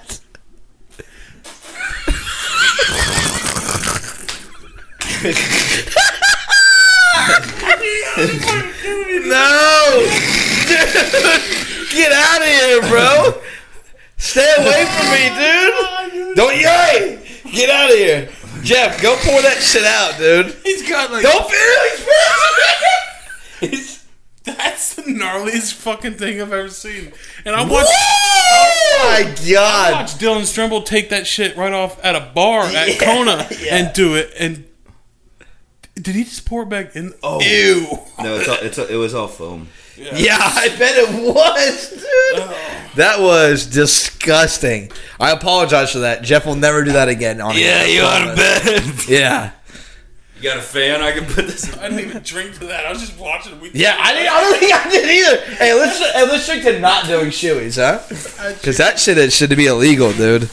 no! Dude, get out of here, bro! Stay away from me, dude! Don't yay! Get out of here! Jeff, go pour that shit out, dude. He's got like Don't feel that's the gnarliest fucking thing I've ever seen. And I What? watched Oh my I god! watched Dylan Strimble take that shit right off at a bar at Kona and do it and did he just pour it back in? Oh, Ew! No, it's all, it's all, it was all foam. Yeah, I bet it was, dude. That was disgusting. I apologize for that. Jeff will never do that again. On yeah, you ought to bet. Yeah, You got a fan I can put this in? I didn't even drink to that. I was just watching. We yeah. I, didn't, I don't think I did either. Hey, let's hey, let's drink to not doing shoeies, huh? Because that shit is, should be illegal, dude.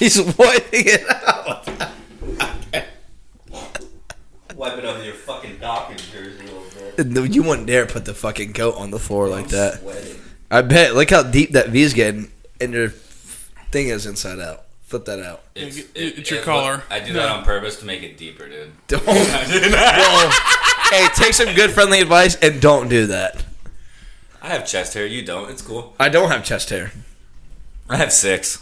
He's wiping it out. Wipe it over your fucking docking jersey a little bit. No, You wouldn't dare put the fucking goat on the floor like that. I bet. Look how deep that V's getting, and your thing is inside out. Flip that out. It's, it's your collar. I do that on purpose to make it deeper, dude. Don't. Well, hey, take some good friendly advice and don't do that. I have chest hair. You don't. It's cool. I don't have chest hair. I have six.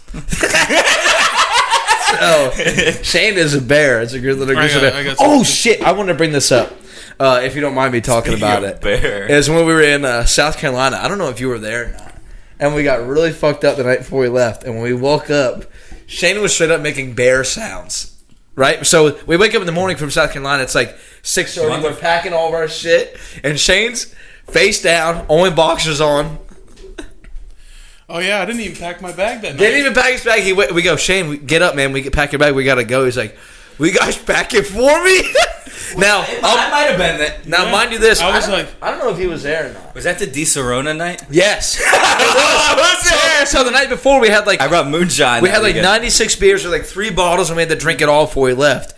Oh, Shane is a bear. It's a good little. I got- grizzly bear. I got some- oh shit! I want to bring this up. Uh, if you don't mind me talking about You're a it, Bear. is when we were in uh, South Carolina. I don't know if you were there or not. And we got really fucked up the night before we left. And when we woke up, Shane was straight up making bear sounds. Right? So we wake up in the morning from South Carolina. It's like 6.30. We're packing all of our shit. And Shane's face down, only boxers on. Oh yeah, I didn't even pack my bag that night. Didn't even pack his bag. He went, we go, Shane, we, get up, man. We get pack your bag. We gotta go. He's like, we guys pack it for me. now, I I'll, might have been that. now, mind you, this. I was don't- like- I don't know if he was there or not. Was that the Di Sorona night? Yes, I was there. So the night before, we had like I brought moonshine. we that had like weekend. 96 beers with like three bottles, and we had to drink it all before we left.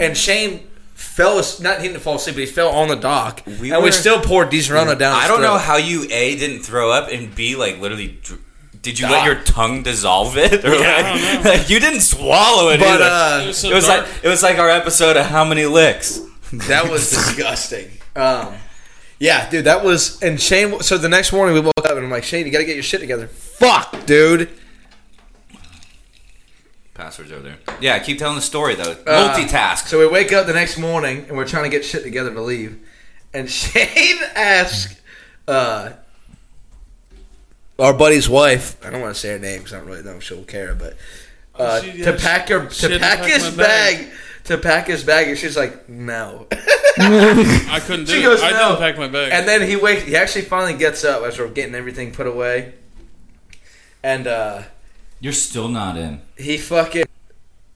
And Shane fell, as- not he didn't fall asleep, but he fell on the dock, We and were- we still poured Di Serrano down. I his don't throat. know how you a didn't throw up and b like literally dr- Did you let your tongue dissolve it? Or Yeah, I like- don't know. like, you didn't swallow it. But either. uh, so it was dark. like it was like our episode of how many licks. that was disgusting. Um, yeah, dude, that was. And Shane. So the next morning we woke up and I'm like, Shane, you got to get your shit together. Fuck, dude. Passwords over there. Yeah, keep telling the story though. Uh, Multitask. So we wake up the next morning and we're trying to get shit together to leave. And Shane asked uh, our buddy's wife, I don't want to say her name because I don't really know if she'll care, but uh, She- to yeah, pack her she to had pack his my bag. to pack his bag, and she's like, no. I couldn't do She it. goes, I "No." didn't pack my bag. and then he wakes. He actually finally gets up as we're getting everything put away, and uh, You're still not in. he fucking.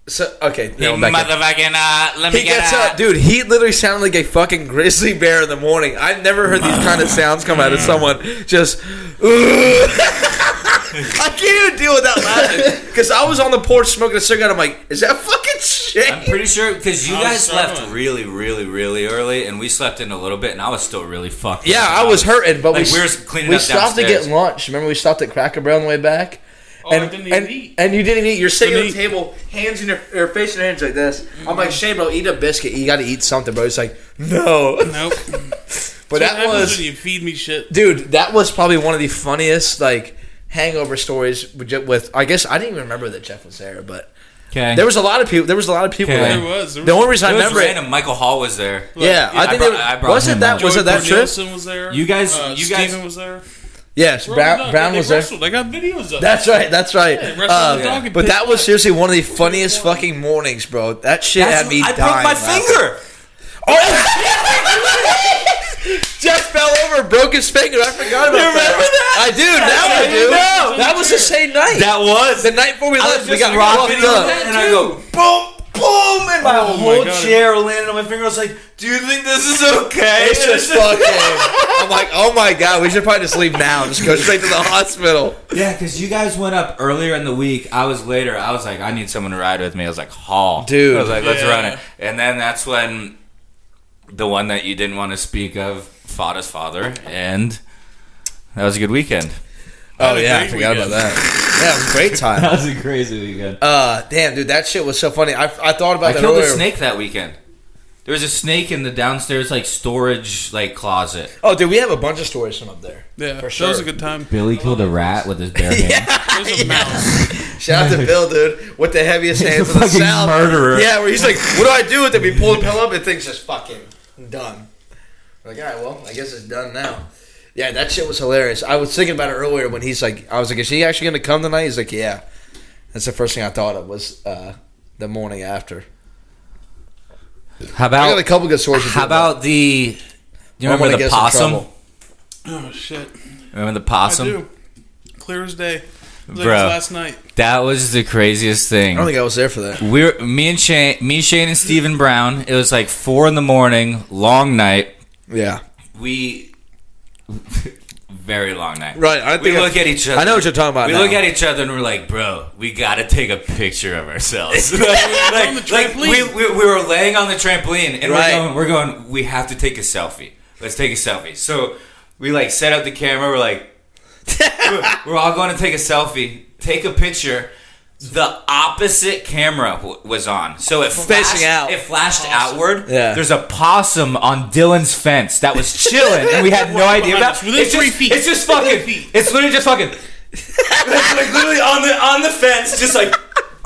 So okay, You no, back up. motherfucking, uh, let me He get gets out. up, dude. He literally sounded like a fucking grizzly bear in the morning. I've never heard these kind of sounds come out of someone. Just, I can't even deal with that laughing because I was on the porch smoking a cigarette. I'm like, is that fucking I'm shit? pretty sure because you I was guys left struggling. really, really, really early, and we slept in a little bit, and I was still really fucked. Yeah, up. I was hurting, but Like, we we were cleaning we up stopped downstairs. to get lunch. Remember, we stopped at Cracker Barrel on the way back. Oh, I didn't even and, eat. and you didn't eat. You're sitting Didn't at the table, hands in your, your face in your hands like this. I'm Mm-hmm. like, Shane, bro, eat a biscuit. You got to eat something, bro. It's like, no. nope. But That's what that happens was when you feed me shit. dude that was probably one of the funniest like hangover stories with, Je- with i guess i didn't even remember that jeff was there but Okay. there was a lot of people there was a lot of people Okay. there. There was. There the was- only reason It i was remember it random. Michael Hall was there. yeah, Yeah, I I think brought- it- I brought wasn't him that up. was Joey it that trip? Cornelison was there. You guys- Uh, you guys- Steven was there. Yes, Bro, Brown, no, Brown they was there. wrestled. I got videos of. That's right. That's right. Yeah, wrestled Uh, the dog and but picked that it was up. seriously one of the funniest fucking mornings, bro. That shit That's- had me I dying. broke my laughing. Oh, finger. Jeff fell over, broke his finger. I forgot about You remember that? I do. Now I didn't do. know. That was the same night. That was. the night before we I left, was we just got rocking it rocked up. and I go boom, boom, and my Oh my whole God. chair landed on my finger. I was like, "Do you think this is okay?" It's just fucking. I'm like, oh my god, we should probably just leave now. Just go straight to the hospital. Yeah, because you guys went up earlier in the week. I was later. I was like, I need someone to ride with me. I was like, Hall, Dude. I was like, let's Yeah. run it. And then that's when the one that you didn't want to speak of fought his father, and that was a good weekend. Oh a yeah, I great forgot weekend. about that. Yeah, it was a great time. That was a crazy weekend. Uh, damn, dude, that shit was so funny. I, I thought about I that killed earlier. a snake that weekend. There was a snake in the downstairs like storage like closet. Oh, dude, we have a bunch of stories from up there. Yeah, for that sure. was a good time. Billy killed a rat with his bare hands. It was a mouse. Shout out to Bill, dude, with the heaviest hands a in the fucking south. murderer. Yeah, where he's like, what do I do with it? We pull the pill up, and thing's just fucking done. We're like, all right, well, I guess it's done now. Yeah, that shit was hilarious. I was thinking about it earlier when he's like, I was like, is he actually going to come tonight? He's like, yeah. That's the first thing I thought of was uh, the morning after. How I got a about couple good stories. to how do about about the? You I'm gonna remember the get us in possum? trouble. Oh shit! Remember the I possum? do. Clear as day. It was Like Bro. it was last night. That was the craziest thing. I don't think I was there for that. we are me and Shane, me Shane and Stephen Brown. It was like four in the morning, long night. Yeah. We very long night. Right, I we think I- look at each other. I know what you're talking about We now. look at each other and we're like, "Bro, we gotta take a picture of ourselves." like, like- On the like, we, trampoline. we, we were laying on the trampoline and Right. we're going, we're going, we have to take a selfie. Let's take a selfie. So we like set up the camera. We're like, we're, we're all going to take a selfie, take a picture. The opposite camera w- was on, so it flashed Facing out. It flashed outward. Yeah. There's a possum on Dylan's fence that was chilling, and we had no idea behind about. us, within it's three just, feet. It's just Within fucking. feet. It's literally just fucking. It's like literally on the on the fence, just like,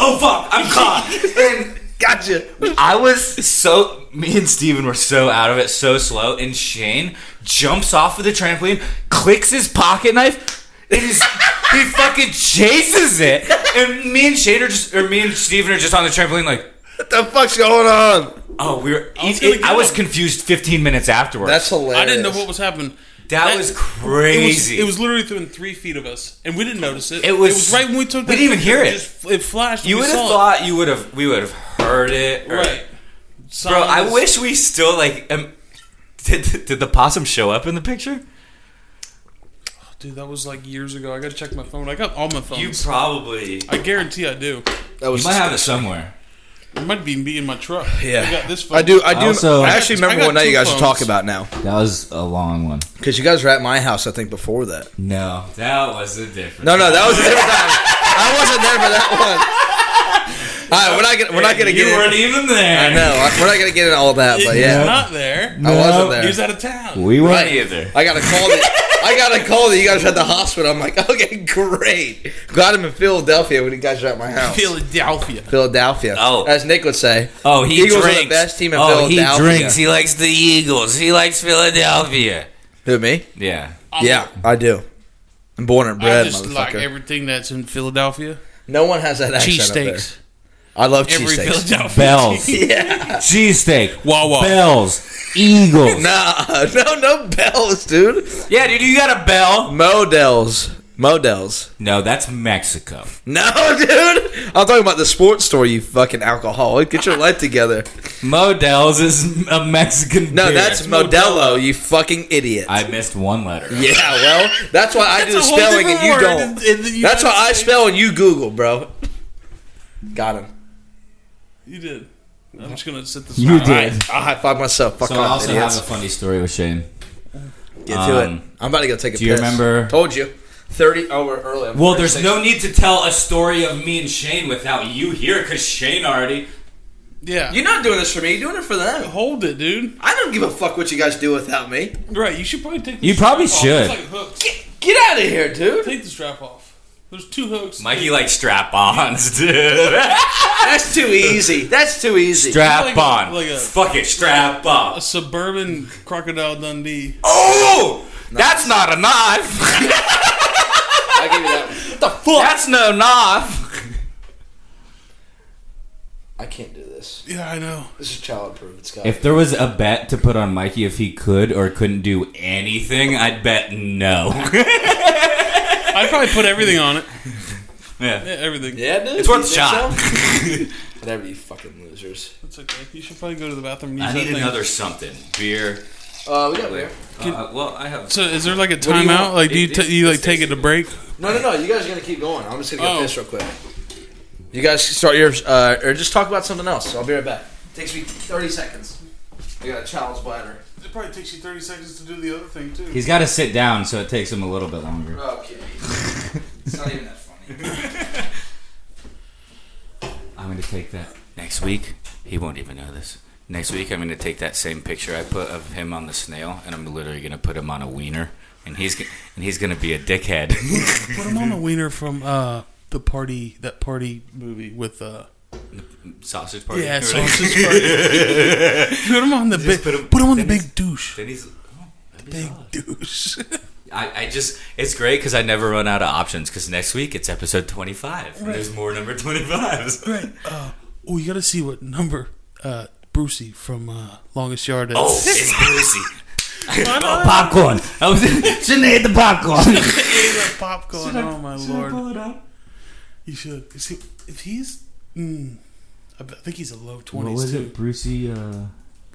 oh fuck, I'm caught. And Gotcha. I was so me and Steven were so out of it, so slow, and Shane jumps off of the trampoline, clicks his pocket knife, and he's, he fucking chases it. And me and Shane are just or me and Steven are just on the trampoline like What the fuck's going on? Oh, we were. I was, was gonna get him. confused 15 minutes afterwards. That's hilarious. I didn't know what was happening. that, that- was It was- crazy. It was, literally within three feet of us, and we didn't notice it. It was- right when we took. we that didn't even hear picture, it. Just, it flashed. you would have thought you would have. We would have heard it, or- right? Bro, I Signs. wish we still like. Um, did, did the possum show up in the picture? Dude, that was like years ago. I gotta check my phone. I got all my phones. probably. I guarantee I do. That was You might have it somewhere. It might even be in my truck. Yeah. I got this. Phone. I do. I do. Also- I actually I got- remember I what got night you two guys were phones. talking about now That was a long one. because you guys were at my house. I think before that. No, that was the difference. No, no, that was a different time. I wasn't there for that one. All right, we're not gonna we're not gonna you get. weren't In, even there. I know I- we're not gonna get into all that, but He's yeah, not there. I wasn't He was there. out of town. We Not weren't. either. I got a call. That, I got a call that you guys were at the hospital. I'm like, okay, great. Got him in Philadelphia when you guys were at my house. Philadelphia. Philadelphia. Oh. as Nick would say. Oh, he Eagles drinks. Are the best team in oh, he Philadelphia. drinks. He likes the Eagles. He likes Philadelphia. Who me? Yeah. Yeah, I do. I'm born and I bred, just motherfucker. like everything that's in Philadelphia. no one has that accent up there. Cheesesteaks. I love Every cheesesteaks. Philadelphia. Bells. Yeah. Cheesesteak. Wawa. Bells. Eagles. Nah, no, no bells, dude. Yeah, dude, you got a bell. Models. Models. No, that's Mexico. No, dude. I'm talking about the sports store, you fucking alcoholic. Get your life together. Models is a Mexican. No, beer. that's Modelo, you fucking idiot. I missed one letter. yeah, well, that's why I do the That's a whole spelling and different you word don't. in- in the That's why I United States. spell and you Google, bro. Got him. You did. I'm just gonna sit this. You out. did. I'll high five myself. Fuck So I off, also idiots. have a funny story with Shane. Get to it. um, I'm about to go take a do you piss. remember- Told you. 30 over early. I'm Well, there's 36. no need to tell a story of me and Shane without you here, because Shane already. Yeah. You're not doing this for me. You're doing it for them. hold it, dude. I don't give a fuck what you guys do without me. Right. You should probably take. The You probably strap should. Off. It's like hooks. Get out of here, dude. Take the strap off. There's two hooks. Mikey likes strap-ons, dude. That's too easy. That's too easy. Strap on. Like a- Fuck it, strap on. a suburban crocodile Dundee. Oh! That's not a knife. I'll give you that. one. What the fuck? That's no knife. I can't do this. Yeah, I know. This is child proof, Scott. If there was a bet to put on Mikey if he could or couldn't do anything, I'd bet no. I'd probably put everything on it. Yeah. Yeah, everything. yeah, dude. It's worth you a shot. think so? Whatever, you fucking losers. It's okay. You should probably go to the bathroom. and Use I that need thing. another something. Beer. Uh, we got beer. Uh, well, I have. So, is there like a do you timeout? want? Like, do you It- t- it- you like it's take it to break? No, no, no. You guys are gonna keep going. I'm just gonna go Oh. piss real quick. You guys start yours, uh, or just talk about something else. I'll be right back. Takes me 30 seconds. I got a child's bladder. It probably takes you 30 seconds to do the other thing too. He's got to sit down, so it takes him a little bit longer. Okay. it's not even that funny. I'm going to take that. Next week, he won't even know this. Next week, I'm going to take that same picture I put of him on the snail, and I'm literally going to put him on a wiener, and he's g- and he's going to be a dickhead. Put him on the wiener from uh, the party, that party movie with uh, Sausage party. yeah, sausage party. put him on the big, put him, on the then he's- big douche, Then he's. oh, that'd be big solid. douche. I, I just it's great because I never run out of options because next week it's episode 25 and there's more number 25s right. Uh, oh, you got to see what number uh, Brucey from uh, Longest Yard is. oh it's Brucey Oh, popcorn! I was, shouldn't have hit the popcorn. That popcorn. oh my lord. You should. See, if he's, mm, I b- I think he's a low What twenties was too. it, Brucey? Uh,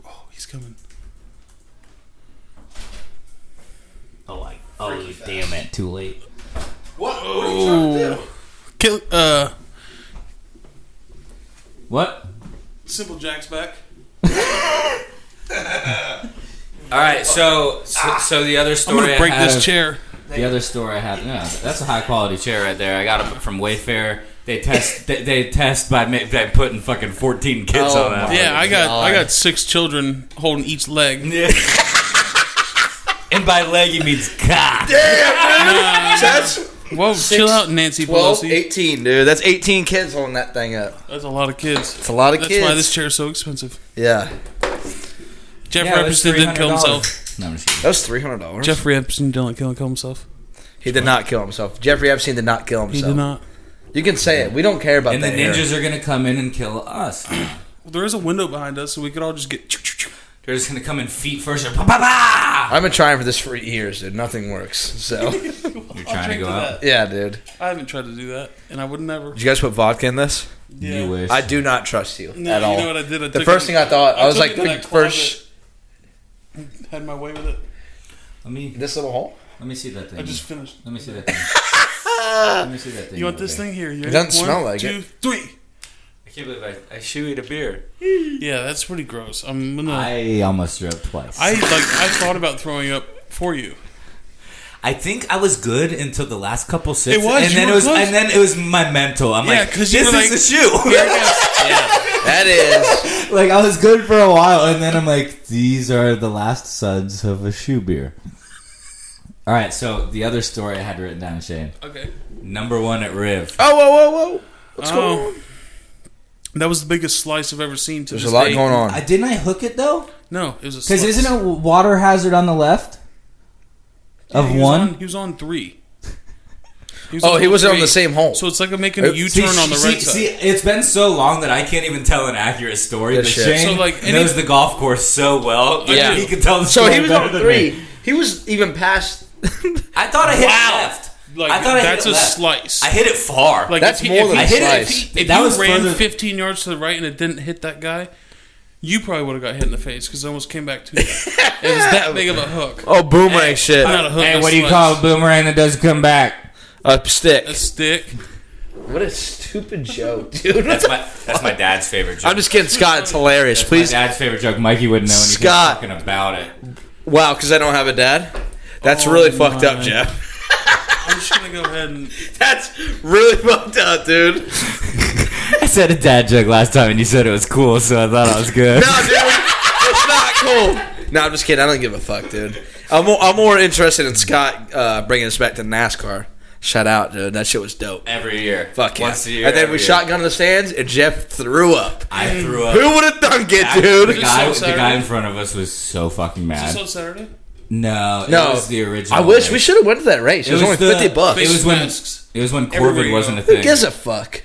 Oh, he's coming. oh, I, oh damn it! Too late. What? What are you trying to do? Kill. Uh, What? Simple Jack's back. all right so so, so the other I'm story gonna break I have, this chair. The other store I have, yeah, that's a high quality chair right there. I got it from Wayfair. They test, they, they test by, ma- by putting fucking fourteen kids Oh on that. my- Yeah, I got God. I got six children holding each leg. And by leg, he means cock. That's Whoa, chill out, Nancy 12, Pelosi. 18, dude. That's 18 kids holding that thing up. That's a lot of kids. It's a lot of That's kids. why this chair is so expensive. yeah. Jeff Yeah, it was Ramsden didn't kill $300. himself. No, I'm just kidding. That was three hundred dollars. Jeff Ramsden didn't kill kill himself. he did not kill himself. Jeffrey Epstein did not kill He himself. did not. You can say it. We don't care about And the that. here. ninjas are gonna come in and kill us. Well, there is a window behind us, so we could all just get. They're just gonna come in feet first. And pa pa pa! I've been trying for this for years, dude. Nothing works. So You're trying to drink go to out. yeah, dude. I haven't tried to do that, and I would never. Did you guys put vodka in this? Yeah. You wish. I do not trust you No, at all. You know what I did? I the first thing I thought, I, was took like, it to that first closet, had my way with it. Let me this little hole. let me see that thing. I just finished. let me see that thing. let me see that thing. You want over this there. thing here? You It doesn't smell like it. Two, three. I can't believe I, I shoe a beer. Yeah, that's pretty gross. I'm gonna. I, I almost threw up twice. like. I thought about throwing up for you. I think I was good until the last couple sips. It was, and you then were it was, close. and then it was my mental. I'm Yeah, like, this 'cause you is were like- the shoe. Here it That is. like I was good for a while, and then I'm like, these are the last suds of a shoe beer. All right, so the other story I had written down, Shane. goes. Okay. Number one at Riv. Oh, whoa, whoa, whoa. What's Oh. going on? That was the biggest slice I've ever seen. To There's a this lot day. going on. I, didn't I hook it though? No, it was a Because slice. isn't it water hazard on the left Yeah, of he was one? on- he was on three. was Oh, he wasn't on three. the same hole. So it's like I'm making a Oh, U See, turn on the see- right side. see, it's been so long that I can't even tell an accurate story. Yeah, but shit. Shane So, like, any- knows the golf course so well. like, Yeah. he can tell the So story. he was better on than three. me. He was even past. I thought I hit Wow. left. Like, I thought I that's hit a it left. slice. I hit it far. like That's if he, more if than he- a if he- slice. If That you was ran further- 15 yards to the right and it didn't hit that guy, you probably would have got hit in the face because it almost came back to you. it was that big of a hook. Oh, boomerang shit. Not a hook. hey, a what do you slice. call a boomerang that doesn't come back? A stick. A stick. What a stupid joke, dude. That's my that's my dad's favorite joke. I'm just kidding, Scott. It's hilarious. My Please. dad's favorite joke. Mikey wouldn't know anything Scott. talking about it. Wow, because I don't have a dad. That's Oh really fucked my. up, Jeff. I'm just gonna go ahead and That's really fucked up, dude. No, dude. I said a dad joke last time, and you said it was cool, so I thought I was good. It's not cool. No, I'm just kidding. I don't give a fuck, dude. I'm more, I'm more interested in Scott uh, bringing us back to NASCAR. Shout out, dude. That shit was dope. every year. Fuck yeah. Once a year. and then every we year. shotgun in the stands, and Jeff threw up. I threw up. Who would have thunk it, The dude? guy, so the guy sorry. in front of us was so fucking is this mad. on Saturday. No, it No. was the original. I wish race. we should have went to that race. It, was, only the- fifty bucks. It was when Masks. it was when Everywhere Corbin you wasn't go. a Who thing. gives a fuck?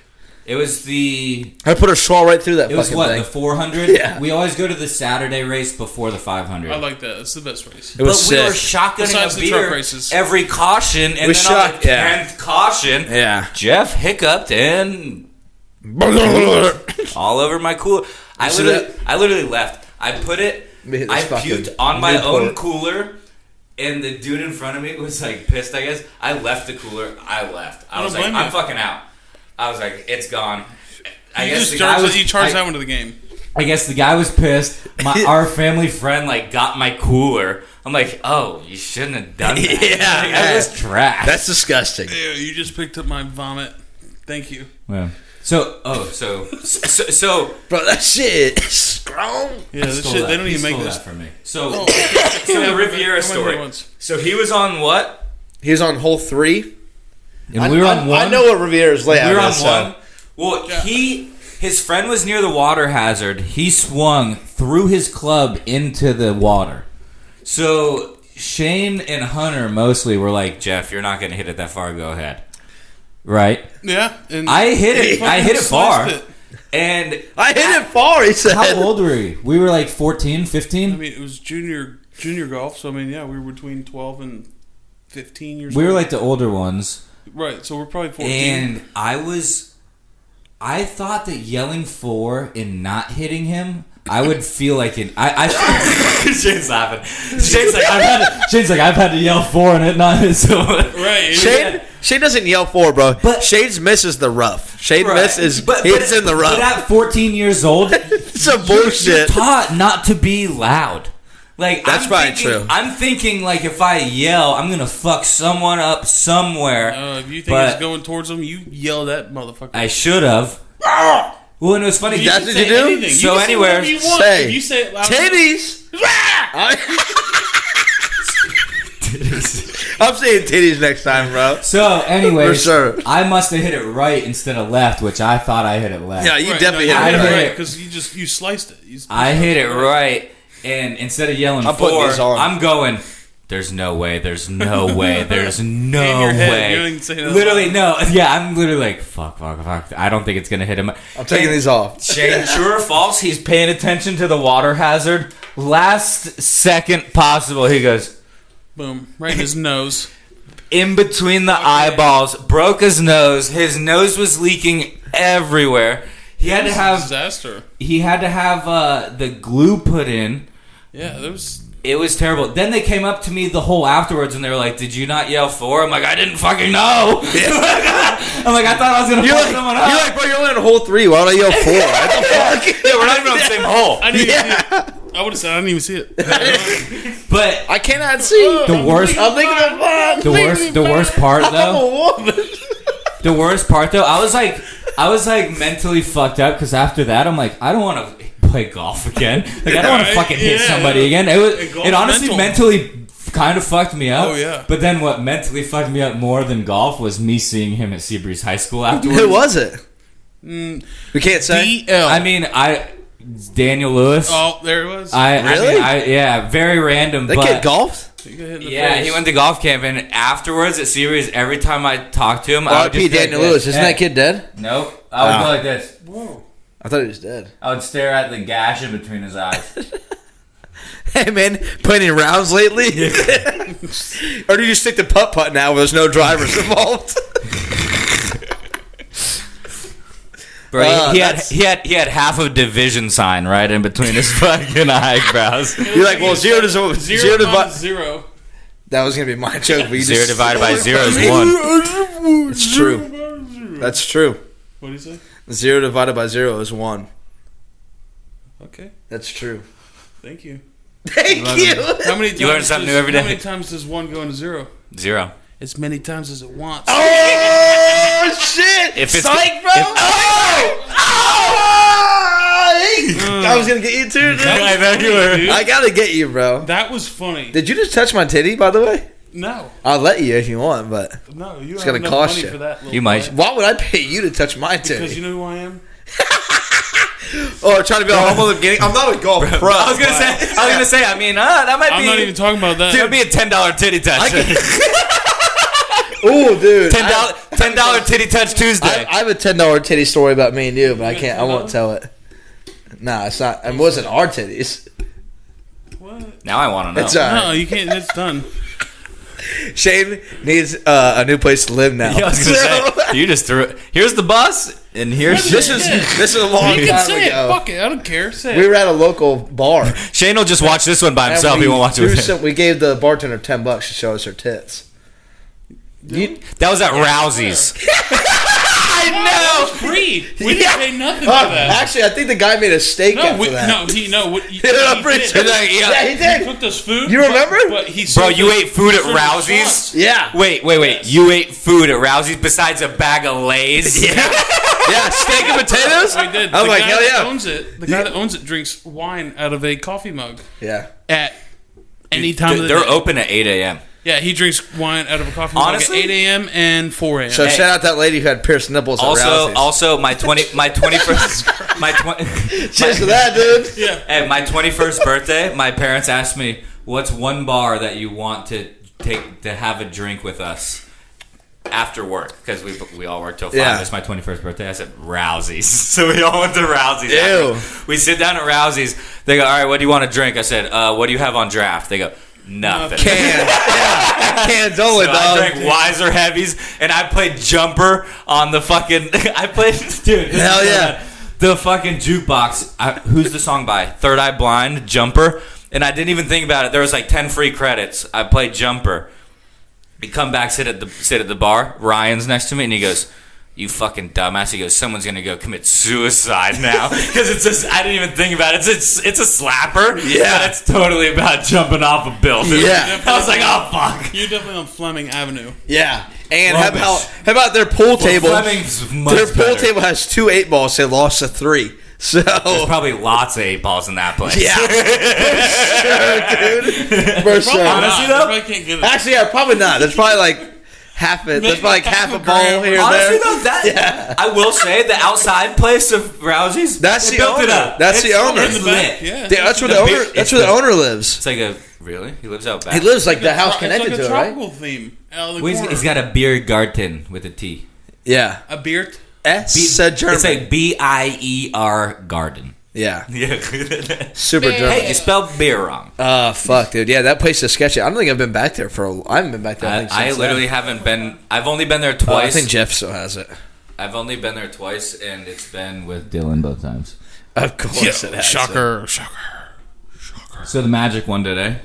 It was the I put a straw right through that it was fucking what thing. the 400. Yeah. We always go to the Saturday race before the 500. I like that. It's the best race. it was but we were sick. shotgunning Besides a the truck beer races. every caution, and We then on shot- the yeah. tenth caution, yeah. Jeff hiccuped and all over my cooler. I see literally, I literally left. I put it. Let me hit I this fucking puked on my Newport. own cooler, and the dude in front of me was like pissed. I guess I left the cooler. I left. I, I was don't like, blame I'm you. fucking out. I was like, it's gone. I You guess just the guy charged, was. you charged I, that one to the game. I guess the guy was pissed. My our family friend like got my cooler. I'm like, oh, you shouldn't have done that. Yeah, like, yeah. that was trash. That's disgusting. Ew, you just picked up my vomit. Thank you. Yeah. So, oh, so, so, so Bro, that shit is strong. Yeah, this Stole shit, that. they don't He even make stole this. that for me. So, Oh, so the I Riviera went there story. once. So he was on what? He was on hole three. And we were I- on one. uh, I know what Riviera's layout we were on is. so- one. Well, he his friend was near the water hazard. He swung through his club into the water. So Shane and Hunter mostly were like, "Jeff, you're not going to hit it that far. Go ahead." Right? Yeah, and I hit it. I hit it far. Sliced it. And I hit it far, he said. how old were we? We were like 14, 15. I mean, it was junior junior golf, so I mean, yeah, we were between twelve and fifteen years. we were old. like the older ones. right, so we're probably fourteen. and I was, I thought that yelling four and not hitting him, I would feel like an. I, I Shane's laughing. Shane's like I've had. To, Shane's like I've had to yell four and it not hit someone. right, and- Shade, Shade doesn't yell four, bro. But- Shade's misses the rough. Shade misses. hits in the rough. But at 14 years old, it's a you're bullshit. taught not to be loud. Like That's I'm probably thinking- true. I'm thinking like if I yell, I'm gonna fuck someone up somewhere. Uh, if you think But- it's going towards them, you yell that motherfucker. I should have. Well, and it was funny. Ah! That's you what say you do? anything. So anywhere, you want. say, if you say it loud, titties. I- I'm saying titties next time, bro. So, For anyways, sure. I must have hit it right instead of left, which I thought I hit it left. Yeah, you Right, definitely no, I hit you're it. hit Right. it. right because you just you sliced it. You, I hit it right, and instead of yelling I'm putting four, these on. I'm going. There's no way. There's no way. There's no In your head, way. you didn't say that. literally, no. Yeah, I'm literally like, fuck, fuck, fuck. I don't think it's gonna hit him. I'm taking these off. Shane, true or false? He's paying attention to the water hazard. Last second possible, he goes boom right in his nose. in between the eyeballs, broke his nose. His nose was leaking everywhere. He had to This is have disaster. he had to have uh, the glue put in. Yeah, there was It was terrible. Then they came up to me the whole afterwards and they were like, "Did you not yell four? I'm like, "I didn't fucking know." I'm like, "I thought I was gonna You're fuck like, you're someone up." like, bro, you're only on hole three. Why would I yell four? What the fuck? Yeah, we're not even on the same hole. I didn't even see Yeah. it. I would have said I didn't even see it. but I cannot see. the worst, I'm thinking of mom. the worst, the worst part I'm though, a woman. the worst part though, I was like, I was like mentally fucked up because after that, I'm like, I don't want to play golf again. Like, I don't want to Right, fucking hit yeah. somebody again. It was, And golf's it honestly mental. mentally kind of fucked me up. Oh, yeah. But then what mentally fucked me up more than golf was me seeing him at Seabreeze High School afterwards. Who was it? Mm, we can't say. DL. I mean, I Daniel Lewis. oh, there it was. I, I Really? mean, I, yeah, very random. that but kid golfed. You got hit in the Yeah, face. he went to golf camp, and afterwards at series, every time I talked to him, I would R.P. just be like Uh, Daniel this. Lewis. Isn't Hey. that kid Oh, dead? Nope. I would Ah. go like this. I thought he was dead. I would stare at the gash in between his eyes. Hey man, playing any rounds lately? or do you stick to putt putt now where there's no drivers involved? Bro, he- Uh, he, had that's- he had he had half of division sign right in between his fucking eyebrows. You're like, well, zero to zero, zero. zero to times vi- zero. That was gonna be my joke. But you Zero just- divided by zero is one. It's true. That's true. What do you say? Zero divided by zero is one. Okay, That's true. thank you. Thank you. How many? Times You learn something does- new every How day. many times does one go into zero? Zero. As many times as it wants. Oh shit! If it's- Psych, bro. if- oh! Oh! I was gonna get you too, dude. I bet you were. I gotta get you, bro. That was funny. Did you just touch my titty, by the way? no, I'll let you if you want, but no, you gonna have enough cost money you. for that. little You might. boy. why would I pay you to touch my titty? Because you know who I am. or trying to be a homo at the beginning? I'm not a golf pro. I was gonna say. I was gonna say. I mean, uh, that might I'm be. not even talking about that. That'd be a ten dollar titty touch. Oh, dude. ten I- dollar ten dollar titty touch Tuesday. I, I have a ten dollar titty story about me and you, but I can't. I won't $10? tell it. Nah, it's not. It wasn't our titties. What? now I want to know. It's all No, right. you can't. It's done. Shane needs uh, a new place to live now. Yeah, I was gonna say you just threw. Here's the bus, and here's this is this is a long You can time say it. ago. Fuck it. I don't care. Say We it. were at a local bar. Shane will just watch this one by and himself. we He won't watch it threw with him. some- we gave the bartender ten bucks to show us her tits. You- That was at Rousey's. That was free. We Yeah. didn't pay nothing for Oh, that. actually, I think the guy made a steak No, after we, that. no, he no. What, he, I'm he pretty did. sure. He's like, yeah. Yeah, he He did. cooked us food. You but- remember? But he Bro, served you us- ate food he at served us Rousey's? once. Yeah, Wait, wait, wait. You ate food at Rousey's besides a bag of Lay's. yeah, steak and potatoes. We did. I was the like, guy hell that yeah. Owns it. The guy that owns it drinks wine out of a coffee mug Yeah, at any time of They're the they're day. open at 8 a.m. Yeah, he drinks wine out of a coffee mug Honestly? at 8 a.m. and 4 a.m. So shout out that lady who had pierced nipples. at Also, Rousey's. also my 20, my 21st, my 20, cheers to that, dude. yeah. At my 21st birthday, my parents asked me, "What's one bar that you want to take to have a drink with us after work?" Because we we all work till five. Yeah. It's my 21st birthday. I said Rousey's, so we all went to Rousey's. Ew. after. We sit down at Rousey's. They go, "All right, what do you want to drink?" I said, uh, "What do you have on draft?" They go, "Nothing." Cans, yeah, cans only, So dog. I drank Wiser heavies, and I played jumper on the fucking. I played, dude. this Hell is so yeah. bad. The fucking jukebox. I, who's the song by? Third Eye Blind, Jumper. And I didn't even think about it. There was like ten free credits. I played Jumper. We come back, sit at the sit at the bar. Ryan's next to me, and he goes. You fucking dumbass! He goes. Someone's gonna go commit suicide now because it's just. I didn't even think about it. It's it's, it's a slapper. Yeah. but it's totally about jumping off a building. Yeah. I was like, oh fuck. You're definitely on Fleming Avenue. Yeah, and how Rubbish. about how about their pool table? Well, Fleming's much Their pool better. table has two eight balls. They lost a three. So There's probably lots of eight balls in that place. yeah, for sure, dude. For sure. Honestly, Nah, though- Oh you probably can't get it. Actually, yeah, probably not. There's probably like half a. There's probably like half a ball here. or Honestly, there. though, that Yeah. I will say the outside place of Rousey's. That's they the built owner. It up. That's the owner. It's In the back, lit. yeah. Dude, that's where the, The owner. big- That's where the owner lives. It's like a really. He lives out back. He lives like the It's house like connected a to it, right? tropical theme. Out of the Well, he's- corner. he's got a beer garden with a T. Yeah. a beard. S Be- said German. It's like B I E R garden. yeah, Yeah. super German. hey, you spelled beer wrong. Uh, fuck, dude. Yeah, that place is sketchy. I don't think I've been back there for. A, I haven't been back there. I, I, think, I since literally then. haven't been. I've only been there Oh, I twice. think Jeff still has it. I've only been there twice, and it's been with Dylan both times. Of course, it has. it. Shocker, shocker. So the Magic won today.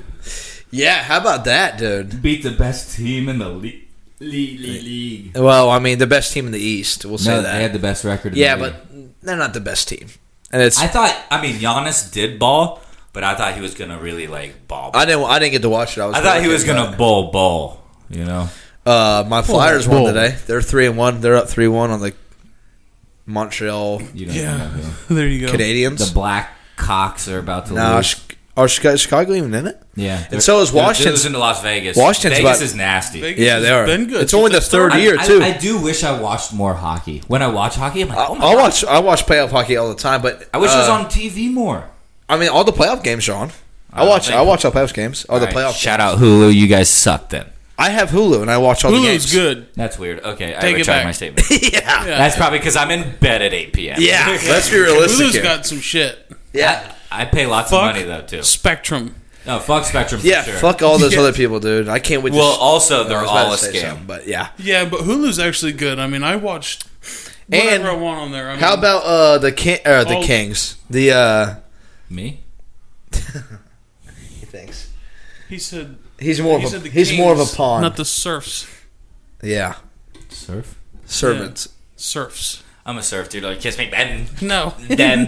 Yeah, how about that, dude? Beat the best team in the league. League, league, Well, I mean, the best team in the East. We'll say No, that. they had the best record. In yeah, the league. but they're not the best team. And it's I I, thought. I mean, Giannis did ball, but I thought he was gonna really like ball. I, didn't I didn't get to watch it. I was thought he was working, gonna bowl bowl. You know. but, Uh, my Flyers bull. won today. They're three and one. They're up three one on the Montreal you don't Yeah. know who. There you go. Canadiens. the black cocks are about to Nah, lose. Sh- are Chicago, Chicago even in it? yeah, And so is Washington Washington. losing to Las Vegas. Washington's Vegas about- is nasty. Vegas Yeah, has they are. Been good. It's only the third I- year I, too. I do wish I watched more hockey. When I watch hockey, I'm like, oh my I god, watch I watch playoff hockey all the time, but I wish it was uh, on TV more. I mean, all the playoff games are on. I Oh, watch thank I you. watch all playoff games, all, oh, the All right, playoff. Shout out Hulu. You guys suck then. I have Hulu and I watch all the games. Hulu's good. That's weird. Okay, I Take it retract back. my statement. yeah, Yeah. That's probably because I'm in bed at 8 p.m. yeah. Let's be realistic. Hulu's here. got some shit. yeah, I pay lots Fuck. of money though too. Spectrum. No, fuck Spectrum for yeah. sure. Fuck all those Yeah. other people, dude. I can't wait. Well, to also I they're was about all a to say something, scam. but yeah. Yeah, but Hulu's actually good. I mean, I watched whatever And I want on there. I mean, How about uh the king uh, the All- Kings? The uh Me? thanks. he said He's more he of a said the he's more of a Kings, pawn. not the serfs. yeah, Surf. servants. Surfs. I'm a surf dude. Like kiss me, Ben. No, Ben. Damn.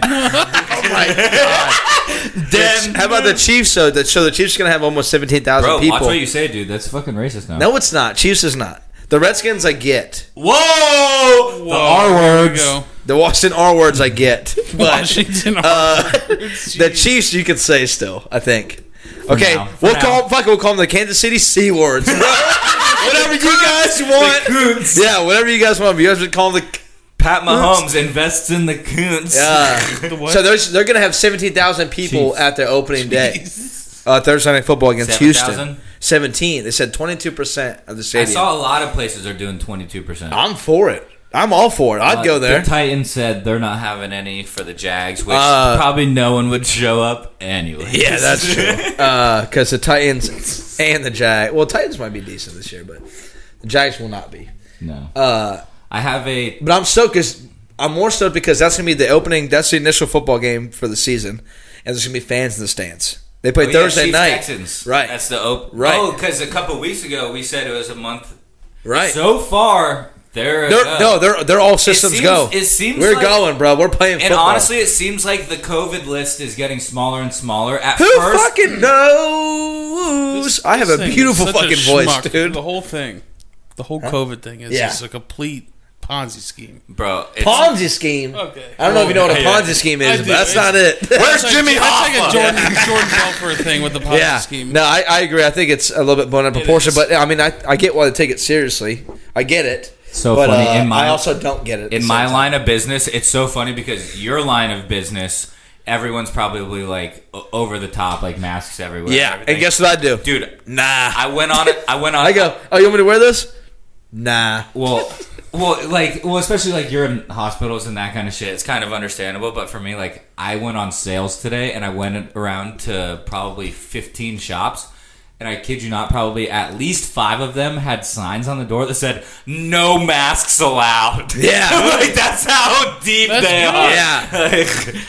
How about the Chiefs? though? that so the Chiefs are gonna have almost seventeen Bro, thousand watch people. what you say, dude. Dude, that's fucking racist now. no, it's not. Chiefs is not. The Redskins, I get. Whoa! Whoa, there we go. The Washington R words, I get. But Washington. uh, the Jeez. Chiefs, you could say still. I think. Okay, now. For we'll now. call fuck. it, We'll call them the Kansas City C words. whatever you guys want. Yeah, whatever you guys want. But you guys would call them the. Pat Mahomes invests in the coons. Uh, The what? So there's, they're going to have 17,000 people at their opening day. Uh, Thursday Night Football against Houston. 7,000? 17. They said 22% of the I stadium. saw a lot of places are doing 22. percent Uh, am for it. I'm all for it. I'd go there. The Titans said they're not having any for the Jags, which Uh, probably no one would show up anyway. yeah, that's true. Because the Titans and the Jags. Well, Titans might be decent this year, but the Jags will not be. No, Uh, I have a but I'm stoked because I'm more stoked because that's going to be the opening. That's the initial football game for the season, and there's going to be fans in the stands. They play Oh, yeah, Thursday Chiefs, night. Texans. Right. That's the op- Right. Oh, because a couple weeks ago we said it was a month. right. So far, they're, a They're, go. No, they're they're all systems seems- go. it seems we're like- going, bro. We're playing. And football. honestly, it seems like the COVID list is getting smaller and smaller. At who first, Hmm. fucking knows? I have a This thing beautiful is such a fucking voice, schmuck. dude. The whole thing, the whole COVID thing is Yeah. just a complete Ponzi scheme. bro, it's, Ponzi scheme. Okay. I don't know if you know what a Yeah, yeah. Ponzi scheme is, I but do. that's It's- not it. It's like- It's like a Jordan, Jordan Belfort thing with the Ponzi yeah. scheme. No, I, I agree. I think it's a little bit blown out of proportion, is. but I mean, I, I get why they take it seriously. I get it. So but, funny, uh, in my- I also don't get it. at in the my same time. line of business, it's so funny because your line of business, everyone's probably like o- over the top, like masks everywhere. yeah. everything. And guess what I do? dude, Nah. I went on it. I went on. I go. Oh, you want me to wear this? Nah. Well, well, like, well, especially like you're in hospitals and that kind of shit. It's kind of understandable, but for me, like, I went on sales today and I went around to probably 15 shops, and I kid you not, probably at least five of them had signs on the door that said "No masks allowed." Yeah. like that's how deep That's they good. are. yeah.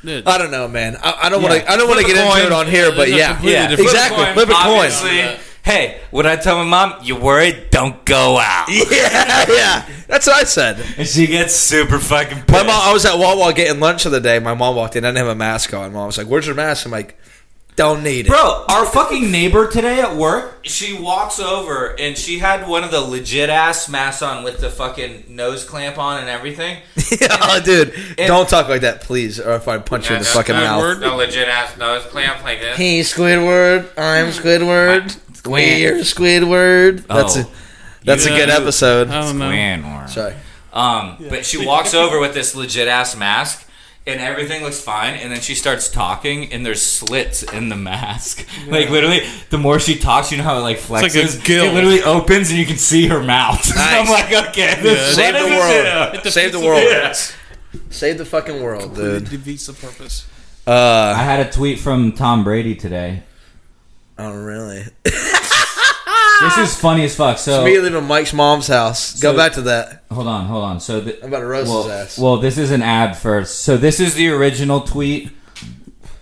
Like, Dude, I don't know, man. I, I don't want to. I don't Flip want to a get into coin. it on here, but It's a yeah, completely yeah, different- exactly. Flip Flip a coin. obviously. Hey, what I tell my mom? You worried? Don't go out. Yeah, yeah. That's what I said. And she gets super fucking. Pissed. My mom. I was at Wawa getting lunch the other day. My mom walked in. I didn't have a mask on. Mom was like, "Where's your mask?" I'm like, "Don't need it." Bro, our fucking neighbor today at work, she walks over and she had one of the legit ass masks on with the fucking nose clamp on and everything. oh, dude, and- don't talk like that, please, or if I punch you in the Yeah, fucking that mouth. word. The legit ass nose clamp like this. Hey, Squidward. I'm Squidward. We're Squidward. That's a Oh. that's a Yeah. good episode. I don't know. Sorry. Um, but she walks over with this legit ass mask. And everything looks fine, and then she starts talking, and there's slits in the mask. Like literally, the more she talks, you know how it like flexes. like a gill. It literally opens, and you can see her mouth. I'm like, okay, this Save the what is it? world. Save the world. Uh, Yeah. Save the fucking world, It dude. defeats the purpose. Uh, I had a tweet from Tom Brady today. oh, really? This is funny as fuck. So Immediately to Mike's mom's house. Go So- back to that. hold on, hold on. So the, I'm about to roast well, his ass. well, this is an ad first. So this is the original tweet.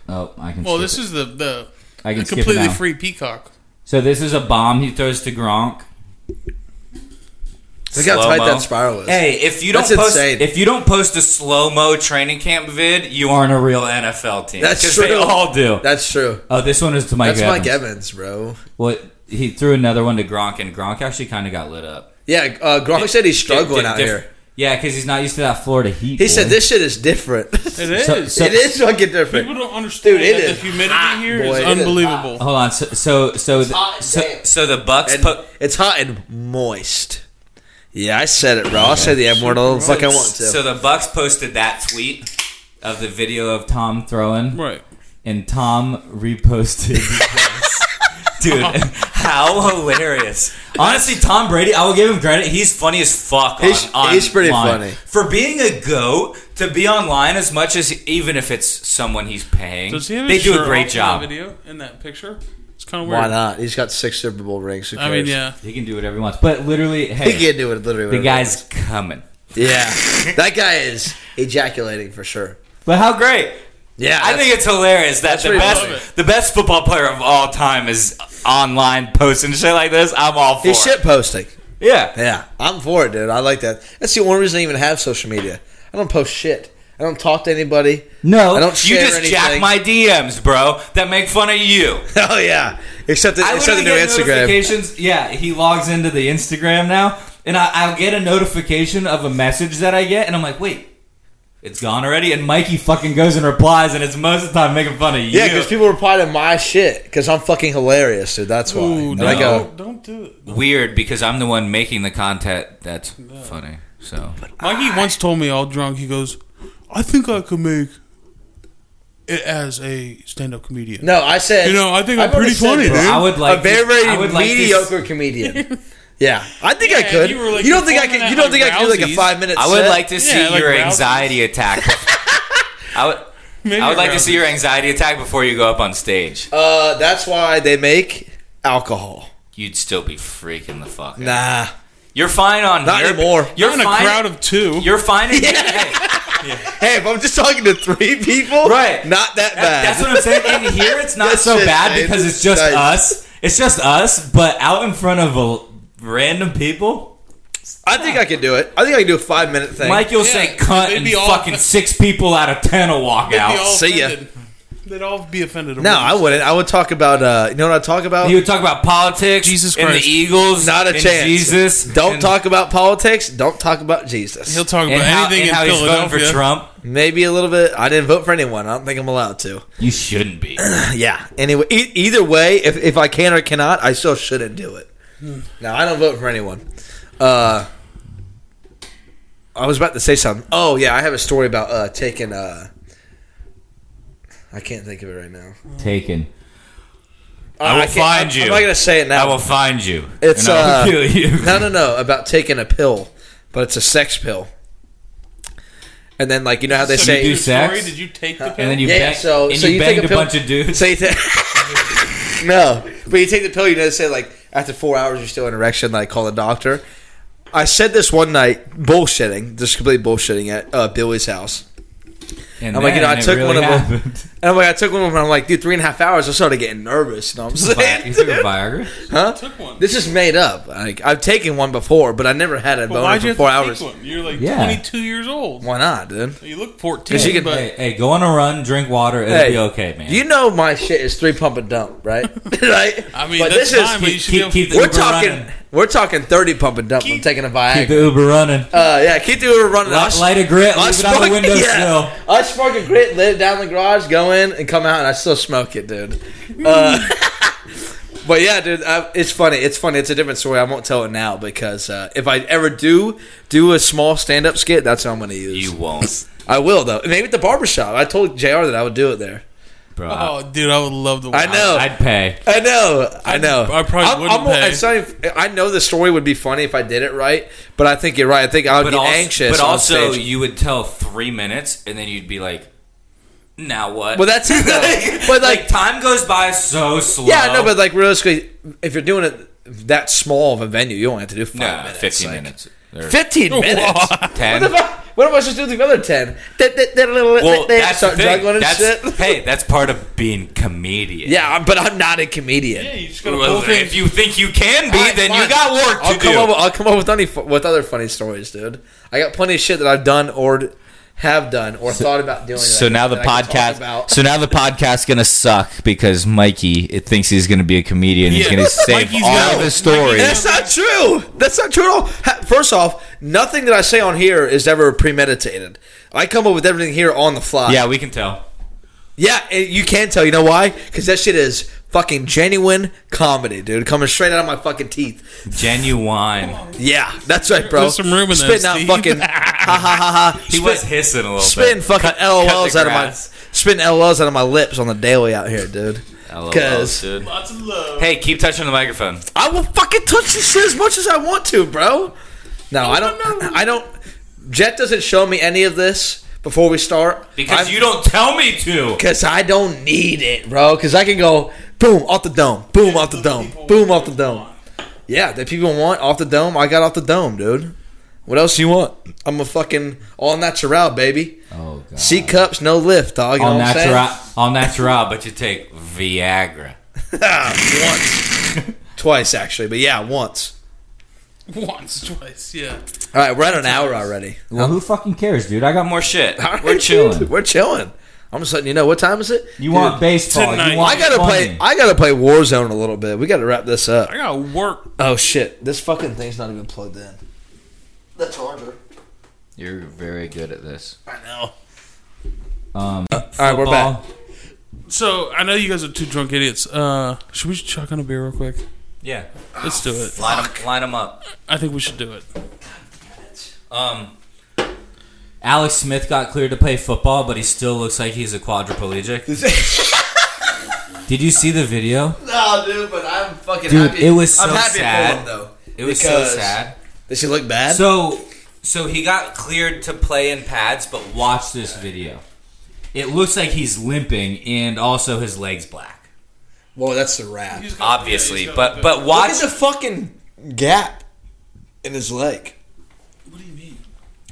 Oh, I can. Well, skip this it. is the the I can skip it completely now. free peacock. So this is a bomb he throws to Gronk. Look how tight Slow-mo. that spiral is. Hey, if you don't That's post insane. if you don't post a slow mo training camp vid, you aren't a real NFL team. That's 'Cause true. They all do. That's true. Oh, this one is to Mike That's Evans. Mike Evans, bro. Well, he threw another one to Gronk, and Gronk actually kind of got lit up. Yeah, uh, Gronk said he's Di- struggling di- out diff- here. Yeah, because he's not used to that Florida heat. boy. He said this shit is different. It is. So- so- it is fucking People different. don't understand Dude, it that is the humidity hot, here boy. is Ah. It is unbelievable. Hold on. So so so, Uh, th- so, So the Bucks And po- it's hot and moist. Yeah, I said it, bro. I'll say the M word all the fuck I want to. so the Bucks posted that tweet of the video of Tom throwing, Right. and Tom reposted. Dude, how hilarious. Honestly, Tom Brady, I will give him credit. He's funny as fuck. On, He's- on he's pretty line. funny. For being a goat, to be online as much as even if it's someone he's paying, Does he have they his do a shirt great off In that job. video in that picture. It's kind of weird. Why not? He's got six Super Bowl rings. Who I mean, cares? yeah. he can do whatever he wants, but literally, He hey, can do it literally. the whatever. guy's coming. Yeah, that guy is ejaculating for sure. But how How great. Yeah, I think it's hilarious that the pretty best the best football player of all time is online posting shit like this. I'm all for he's it. shit posting. Yeah. Yeah, I'm for it, dude. I like that. That's the only reason I even have social media. I don't post shit. I don't talk to anybody. No, I don't You share just anything. jack my DMs, bro, that make fun of you. oh yeah, except the, I except literally the new get Instagram. notifications. Yeah, he logs into the Instagram now, and I, I'll get a notification of a message that I get, and I'm like, wait, it's gone already. And Mikey fucking goes and replies, and it's most of the time making fun of you. Yeah, because people reply to my shit because I'm fucking hilarious, dude. That's why. Ooh, And no. I go, don't, don't do it. Weird because I'm the one making the content that's funny. So Mikey once told me all drunk. He goes, "I think I could make it as a stand-up comedian." no, I said, You know, I think I'm I've already pretty said funny, this. dude. I would like a very, very this- I would like this- mediocre comedian. Yeah, I think I Yeah, could. You, you were, like, don't think I performing could? You at, don't like, think I could do like a Rousey's. five minute? I would set? like to see Yeah, like your Rousey's. anxiety attack. I would. Maybe I would like to around- see your anxiety attack before you go up on stage. Uh, that's why they make alcohol. You'd still be freaking the fuck. out. Nah, You're fine on Not here. anymore. You're in a fine- crowd of two. You're fine. in- Hey, Hey, if I'm just talking to three people, Right. Not that bad. That's what I'm saying. In here, it's not That's so just bad nice. because it's just Nice. us. It's just us, but out in front of a, random people, I think I could do it. I think I can do a five minute thing. Mike, you'll Yeah, say cunt, they'd and be all- fucking six people out of ten will walk They'd be out. all see ya. offended. They'd all be offended. no, I wouldn't. I would talk about. Uh, you know what I talk about? you would talk about politics, Jesus and the Christ. Eagles, not a and chance. Jesus, Don't and- talk about politics. Don't talk about Jesus. He'll talk and about how, anything and in how he's voting for Philadelphia. Trump. Maybe a little bit. I didn't vote for anyone. I don't think I'm allowed to. You shouldn't be. yeah. Anyway, e- either way, if, if I can or cannot, I still shouldn't do it. No, I don't vote for anyone. Uh, I was about to say something. Oh yeah, I have a story about uh, taking. Uh, I can't think of it right now. Taken. I will can't- find I'm- you. I'm not gonna say it now. I will find you. It's, and I will uh, kill you. no, no, no. About taking a pill, but it's a sex pill. And then, like you know how they So say, you do sex? Sorry, did you take the pill? And then you Uh, Yeah, bang, so- and so you, you take banged a a, pill- bunch of dudes. say that. no, but you take the pill. You know they say like after four hours you're still in erection. Like call the doctor. I said this one night, bullshitting, just completely bullshitting at uh, Billy's house. And I'm like, you know, then I it took really one of them. happened. And I'm like, I took one of them, and I'm like, dude, three and a half hours. I started getting nervous. You know what I'm Vi- You took saying? a Viagra. Huh? took one. This is made up. Like, I've taken one before, but I never had a But boner why'd you for four have to hours. Take one? You're like Yeah. 22 years old. Why not, dude? You look 14. 'Cause you can- but hey, hey, go on a run, drink water, it'll Hey, be okay, man. You know my shit is three pump and dump, right? right. I mean, that's fine, but you should be keep- able keep to the- we're Uber talking. running. We're talking thirty pump and dump. I'm Keep- taking a Keep the Viagra. Uber running. Uh, yeah, keep the Uber running. Light, light a grit, leave it on the window sill. yeah, I smoke a grit, let it down the garage, go in and come out, and I still smoke it, dude. Uh, but yeah, dude, I, it's funny. It's funny. It's a different story. I won't tell it now because uh, if I ever do do a small stand up skit, that's how I'm going to use. You won't, I will though. Maybe at the barbershop. I told Jr. that I would do it there. Bro, oh, dude, I would love to. Watch. I know. I'd pay. I know, I know. I probably I'm- wouldn't I'm- pay. it's not even- I know the story would be funny if I did it right, but I think you're right. I think I would but be also, anxious. but on also stage. you would tell three minutes, and then you'd be like, "Now what?" well, that's it. Though. but like, time goes by so slow. yeah, no, but like realistically, if you're doing it that small of a venue, you only have to do five no, minutes, fifteen like- minutes, Or Fifteen minutes. ten. What the fuck? What am I supposed to do with the other ten? Well, They that's start the thing. juggling and That's- shit. Hey, that's part of being comedian. Yeah, I'm- but I'm not a comedian. Yeah, you just gotta pull Well, things. if you think you can be, All right, then fine. you got work to I'll come do. Up, I'll come up with any fu- with other funny stories, dude. I got plenty of shit that I've done or d- have done or thought about doing. that so I- now the that I can talk podcast. about. So now the podcast's gonna suck because Mikey it thinks he's gonna be a comedian. He's Yeah. gonna save Mikey's all gonna- the stories. That's not true. That's not true at all. Ha- First off, nothing that I say on here is ever premeditated. I come up with everything here on the fly. yeah, we can tell. yeah. and you can tell. You know why? Because that shit is fucking genuine comedy, dude. Coming straight out of my fucking teeth. Genuine. Yeah, that's right, bro. There's some room in there, Spitting out Steve. fucking ha ha ha ha. He was hissing a little Spitting bit. fucking LOLs the out of my grass. spitting LOLs out of my lips on the daily out here, dude. LOLs, Because- dude. Lots of love. Hey, keep touching the microphone. I will fucking touch this shit as much as I want to, bro. No, I don't. I don't. Jet doesn't show me any of this before we start Because you don't tell me to. Because I don't need it, bro. Because I can go boom off the dome, boom off the dome, boom off the dome. Yeah, that people want off the dome. I got off the dome, dude. What else you want? I'm a fucking all natural baby. Uh, Oh god. C cups, no lift, dog. You all know what I'm saying? natural. All natural, but you take Viagra. Ah, once. Twice, actually, but yeah, once. Once, twice, yeah. All right, we're at an hour already. Well, who fucking cares, dude? I got more. More shit. All right, We're chilling. dude, We're chilling. I'm just letting you know what time is it. You want baseball? tonight- You want I gotta funny. play. I gotta play Warzone a little bit. We gotta wrap this up. I gotta work. Oh shit! This fucking thing's not even plugged in. That's harder. You're very good at this. I know. um, All right, we're back. So I know you guys are two drunk idiots. Uh, should we chuck on a beer real quick? Yeah. Let's do it. Line them, up. I think we should do it. Um, Alex Smith got cleared to play football, but he still looks like he's a quadriplegic. Did you see the video? No, dude, but I'm fucking Dude, it was so sad. though. It was Because- so sad. Does she look bad? So, so he got cleared to play in pads, but watch this video. It looks like he's limping, and also his legs black. Well, that's the wrap. Look obviously, but but watch. at the fucking gap in his leg. What do you mean?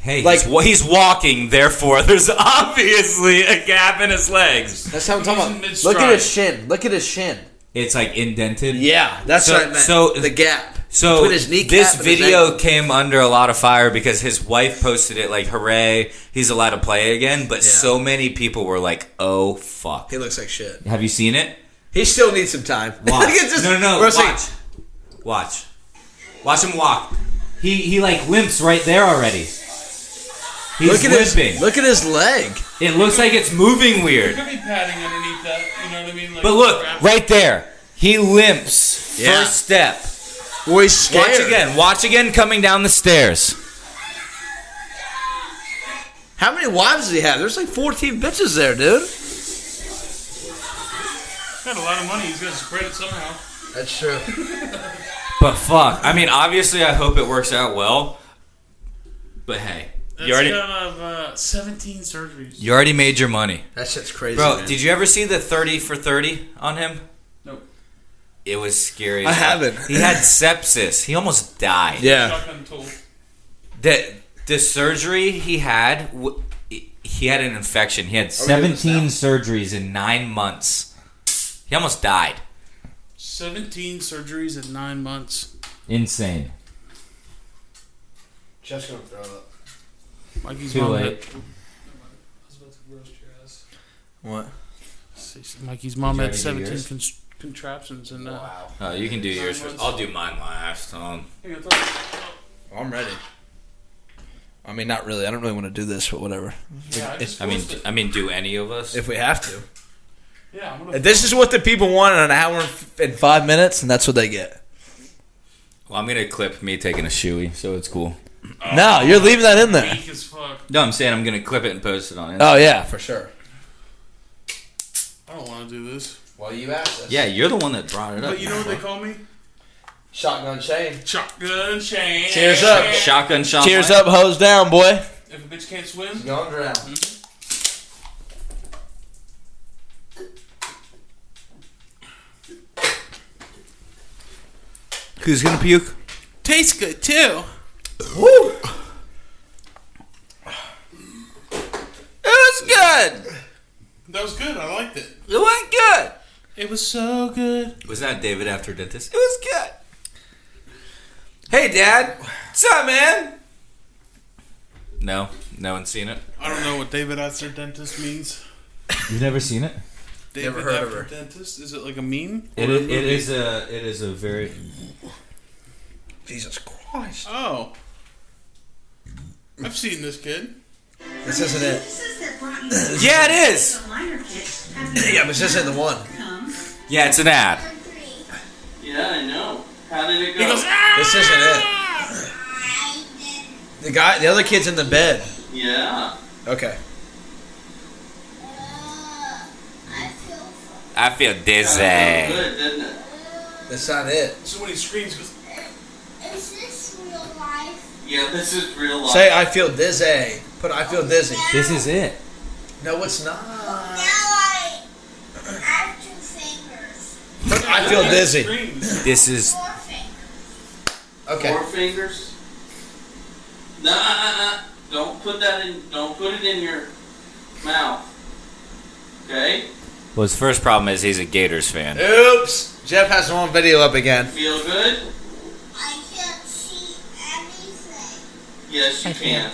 Hey, Like- he's, wa- he's walking. Therefore, there's obviously a gap in his legs. That's how I'm He's talking in about. mid-stride. Look at his shin. Look at his shin. It's like indented. Yeah, that's So- what I meant. so- the gap. So Between his kneecap this and his video ankle. came under a lot of fire because his wife posted it like, "Hooray, he's allowed to play again." But Yeah. so many people were like, "Oh fuck." He looks like shit. Have you seen it? He still needs some time. Watch. It's just- no, no, no. we're Watch. saying- Watch. Watch him walk. He he like limps right there already. He's Look at limping. his. Look at his leg. It looks like it's moving weird. Could be padding underneath that. You know what I mean? Like, But look, right there, he limps. Yeah. First step. Well, he's scared. Watch again. Watch again. Coming down the stairs. How many wives does he have? There's like 14 bitches there, dude. He's got a lot of money. He's gonna spread it somehow. That's true. But fuck. I mean, obviously, I hope it works out well. But hey, That's you already kind of uh, 17 surgeries. you already made your money, That shit's crazy. bro. man. Did you ever see the thirty for thirty on him? Nope. It was scary. I as fuck. haven't. He had sepsis. He almost died. yeah. Shotgun tool. The the surgery he had, w- he had an infection. He had seventeen surgeries in nine months. He almost died. 17 surgeries in nine months. Insane. Just gonna throw up. Mikey's Too mom. late. Had, I was about to roast your ass. What? Mikey's mom Did you already had do 17 yours? cons- contraptions and uh, wow. Oh, you can do yours first. months. I'll do mine last. Um, I'm ready. I mean, not really. I don't really want to do this, but whatever. Yeah, I, just I mean, forced uh, it. I mean, do any of us? If we have to. yeah, I'm gonna. If this is what the people want in an hour and f- and five minutes, and that's what they get. Well, I'm gonna clip me taking a shoey, so it's cool. Oh. No, you're leaving that in there. Weak as fuck. No, I'm saying I'm gonna clip it and post it on Instagram. Oh yeah, for sure. I don't want to do this. Well, you asked us. yeah, you're the one that brought it up. But you know what they call me? Shotgun chain. Shotgun Shane. Cheers up. Shotgun shot. Cheers up, hose down, boy. If a bitch can't swim, Going drown. Mm-hmm. Who's gonna puke? tastes good too. Woo! was good. I liked it. It was good. It was so good. Was not David after dentist? It was good. Hey, Dad. What's up, man? No, no one's seen it. I don't know what David After Dentist means. You've never seen it? David Never heard of After Dentist? Is it like a meme? It Or a is, it movie? is a it is a very Jesus Christ. Oh. I've seen this kid. This isn't it. Yeah, it is. Yeah, but this isn't the one. Yeah, it's an ad. Yeah, I know. How did it go? He goes, ah! This isn't it. The guy, the other kid's in the bed. yeah. Okay. I feel That dizzy. was good, didn't it? That's not it. So when he screams, he goes, Yeah, this is real life. Say I feel dizzy. Put I feel dizzy. This is it. No, it's not. Now I have two fingers. Put I feel dizzy. screams. This is Four fingers. Okay. Four fingers. Nah, nah, nah, nah. don't put that in. Don't put it in your mouth. Okay. well. His first problem is he's a Gators fan. Oops. Jeff has the wrong video up again. Feel good? I can't see anything. Yes, you can.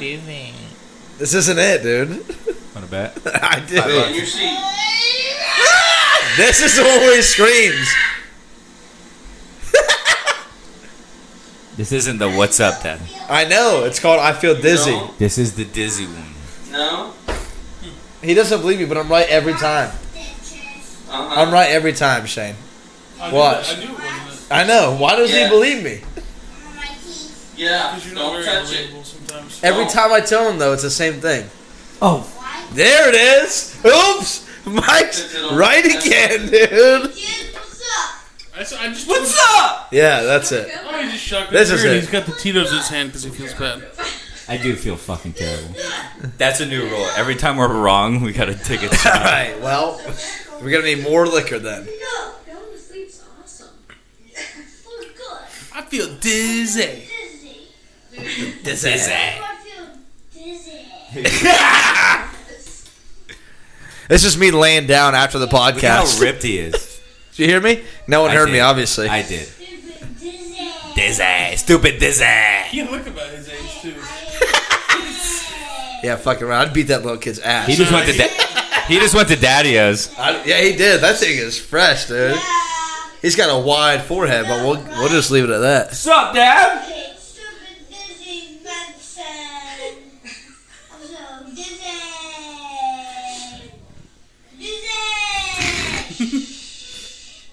This isn't it, dude. On a bet. I In do. your seat. This is the one where he screams. This isn't the what's up, Dad. I know. It's called I feel dizzy. No. This is the dizzy one. no? He doesn't believe me, but I'm right every time. Stitches. Uh-huh. I'm right every time, Shane. I knew Watch. it- I knew it wasn't it. I know. Why does Yeah. he believe me? On my teeth. Yeah. Because you're not Don't very touch it. believable sometimes. Every No. time I tell him though, it's the same thing. Oh, Why There it is. Oops. Mike's right again, dude. did what's up? I, s- I just What's up? Yeah, that's it. Oh, he just shocked This me. is Weird, it. He's got the Tito's in his hand because he feels bad. I do feel fucking terrible. That's a new rule. Every time we're wrong, we gotta take a All shot. right. Well, we're gonna need more liquor then. No. Going to sleep's awesome. Well, good. I feel dizzy. Dizzy. Dizzy. I feel dizzy. This is me laying down after the Look at podcast. how ripped he is. Did you hear me? No one I heard me, did. obviously. I did. Stupid dizzy. Dizzy. Stupid dizzy. He look about his age too. yeah, fucking around. I'd beat that little kid's ass. He just went to da- he just went to Daddy-O's. I- yeah, he did. That thing is fresh, dude. He's got a wide forehead, but we'll we'll just leave it at that. What's up, Dad? Stupid dizzy Benson. I'm so dizzy. Dizzy.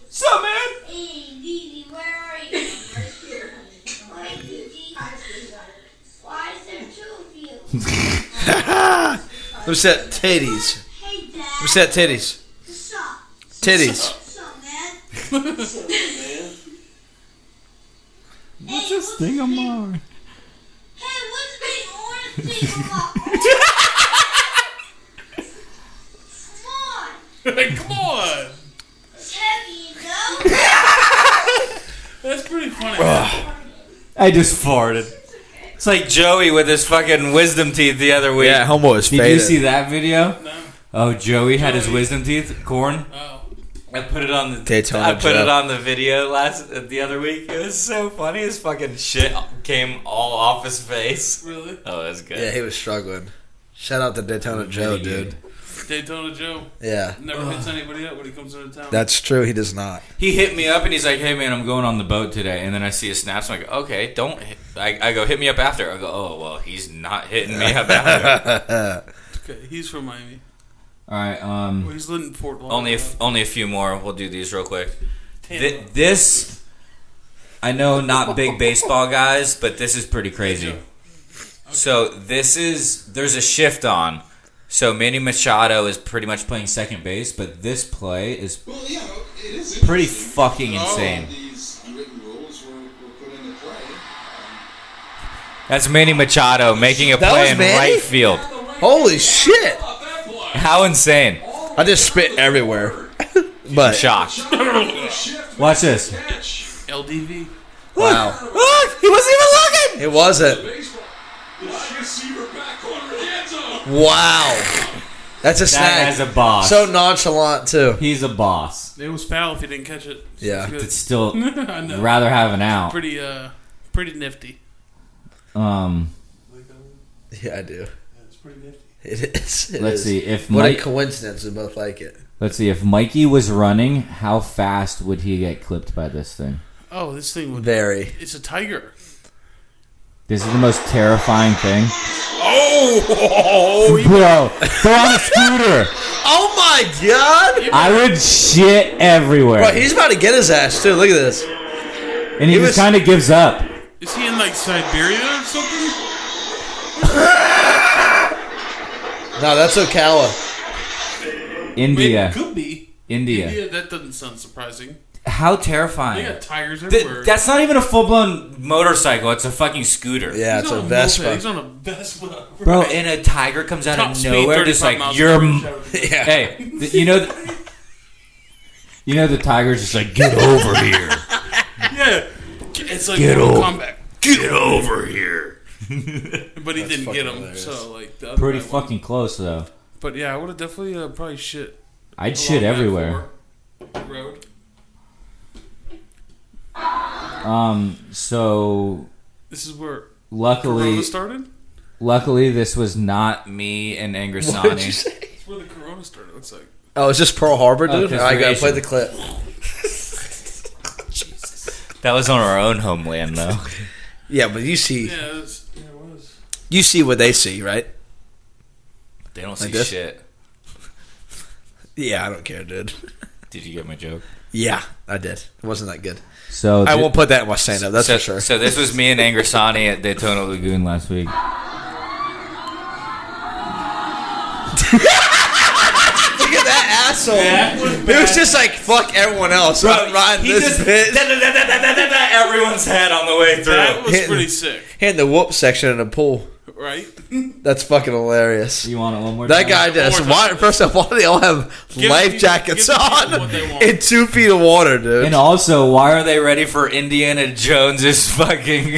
What's up, man? Hey, Didi, where are you? Why, Didi? Why is there two of you? Let me set titties. Hey, Dad. Let me set titties. What's up? Titties. What's up, man? What's this thing I'm on? Hey, what's being orange thing about? Come on. Come on. It's heavy, you know? That's pretty funny. I just farted. It's like Joey with his fucking wisdom teeth the other week. Yeah, homeboy is Did faded. you see that video? no. Oh, Joey had his wisdom teeth, corn. Oh. I put it on the Daytona I put Joe. it on the video last uh, the other week. It was so funny. His fucking shit came all off his face. Really? Oh, it was good. Yeah, he was struggling. Shout out to Daytona Joe, dude. Daytona Joe Yeah, never hits anybody up when he comes into town. that's true. He does not. He hit me up and he's like, "Hey man, I'm going on the boat today." And then I see his snaps. I'm like, "Okay, don't." Hit. I, I go hit me up after. I go, "Oh well, he's not hitting me up after." okay. He's from Miami. All right, Well, um, he's living in Fort Lauderdale. only a f- only a few more. We'll do these real quick. Th- Tampa. this, I know, not big baseball guys, but this is pretty crazy. So this is there's a shift on. So Manny Machado is pretty much playing second base, but this play is Well, yeah, it is pretty interesting fucking that all of insane. These unwritten rules were, were put into play. That's Manny Machado making a That play was in Manny? right field. Holy shit! How insane! I just spit everywhere. but Shock. Watch this. LDV. wow, Look, he wasn't even looking. it wasn't. Receiver back corner of the end zone. Wow, That's a That snag. guy's a boss. so nonchalant too. He's a boss. It was foul if you didn't catch it. So Yeah. It's It's still good. I know. rather have an out. Pretty uh, pretty nifty. Um, Yeah, I do. It's pretty nifty. It is. It let's is. see if What Mike. a coincidence. We both like it. let's see if Mikey was running. How fast would he get clipped by this thing? Oh, this thing would. Very. It's a tiger. This is the most terrifying thing, Oh, bro. They're on a scooter. oh my god! I would shit everywhere, Bro, he's about to get his ass too. Look at this. and he, he just was- kind of gives up. Is he in like Siberia or something? No, that's Ocala. India, It could be. India. Yeah, uh, that doesn't sound surprising. How They terrifying! got tigers Th- everywhere. that's not even a full blown motorcycle. It's a fucking scooter. Yeah, He's it's on a moped. Vespa. He's on a Vespa. Bro, Right. and a tiger comes out Top of speed, nowhere, 35 just like miles you're. an hour, m- shower. Yeah. Hey, th- you know, th- You know the tiger's just like get over here. Yeah. It's like Get Mortal old. Kombat. Get over here. But he didn't get fucking him, hilarious. so like the other pretty guy won. fucking close though. But yeah, I would have definitely uh, probably shit. I'd shit along that everywhere. four Road. Um, so This is where Corona luckily, started. luckily this was not Me and What did you Angrisani. say? It's where the Corona started. Looks like. Oh, it's just Pearl Harbor, Oh, dude. All right, gotta play conspiration. the clip. That was on our own homeland, though. Yeah, but you see, Yeah, it was. Yeah, it was. you see what they see, right? They don't Like see this? shit. Yeah, I don't care, dude. Did you get my joke? Yeah, I did. It wasn't that good. so. I thi- won't put that in my stand up, that's so, for sure. So this was me and Angrisani at Daytona Lagoon Lagoon. last week. Look at that asshole. it was just like, fuck everyone else. I'm riding he this just- bitch. Everyone's head on the way That was Hitting. pretty sick, Hit the whoop section in the pool. right? That's fucking hilarious. You want it one more That time? guy does. Or- Why, first of all, they all have Give life people- jackets give people on what they want. in two feet of water, dude. And also, why Why are they ready for Indiana Jones's fucking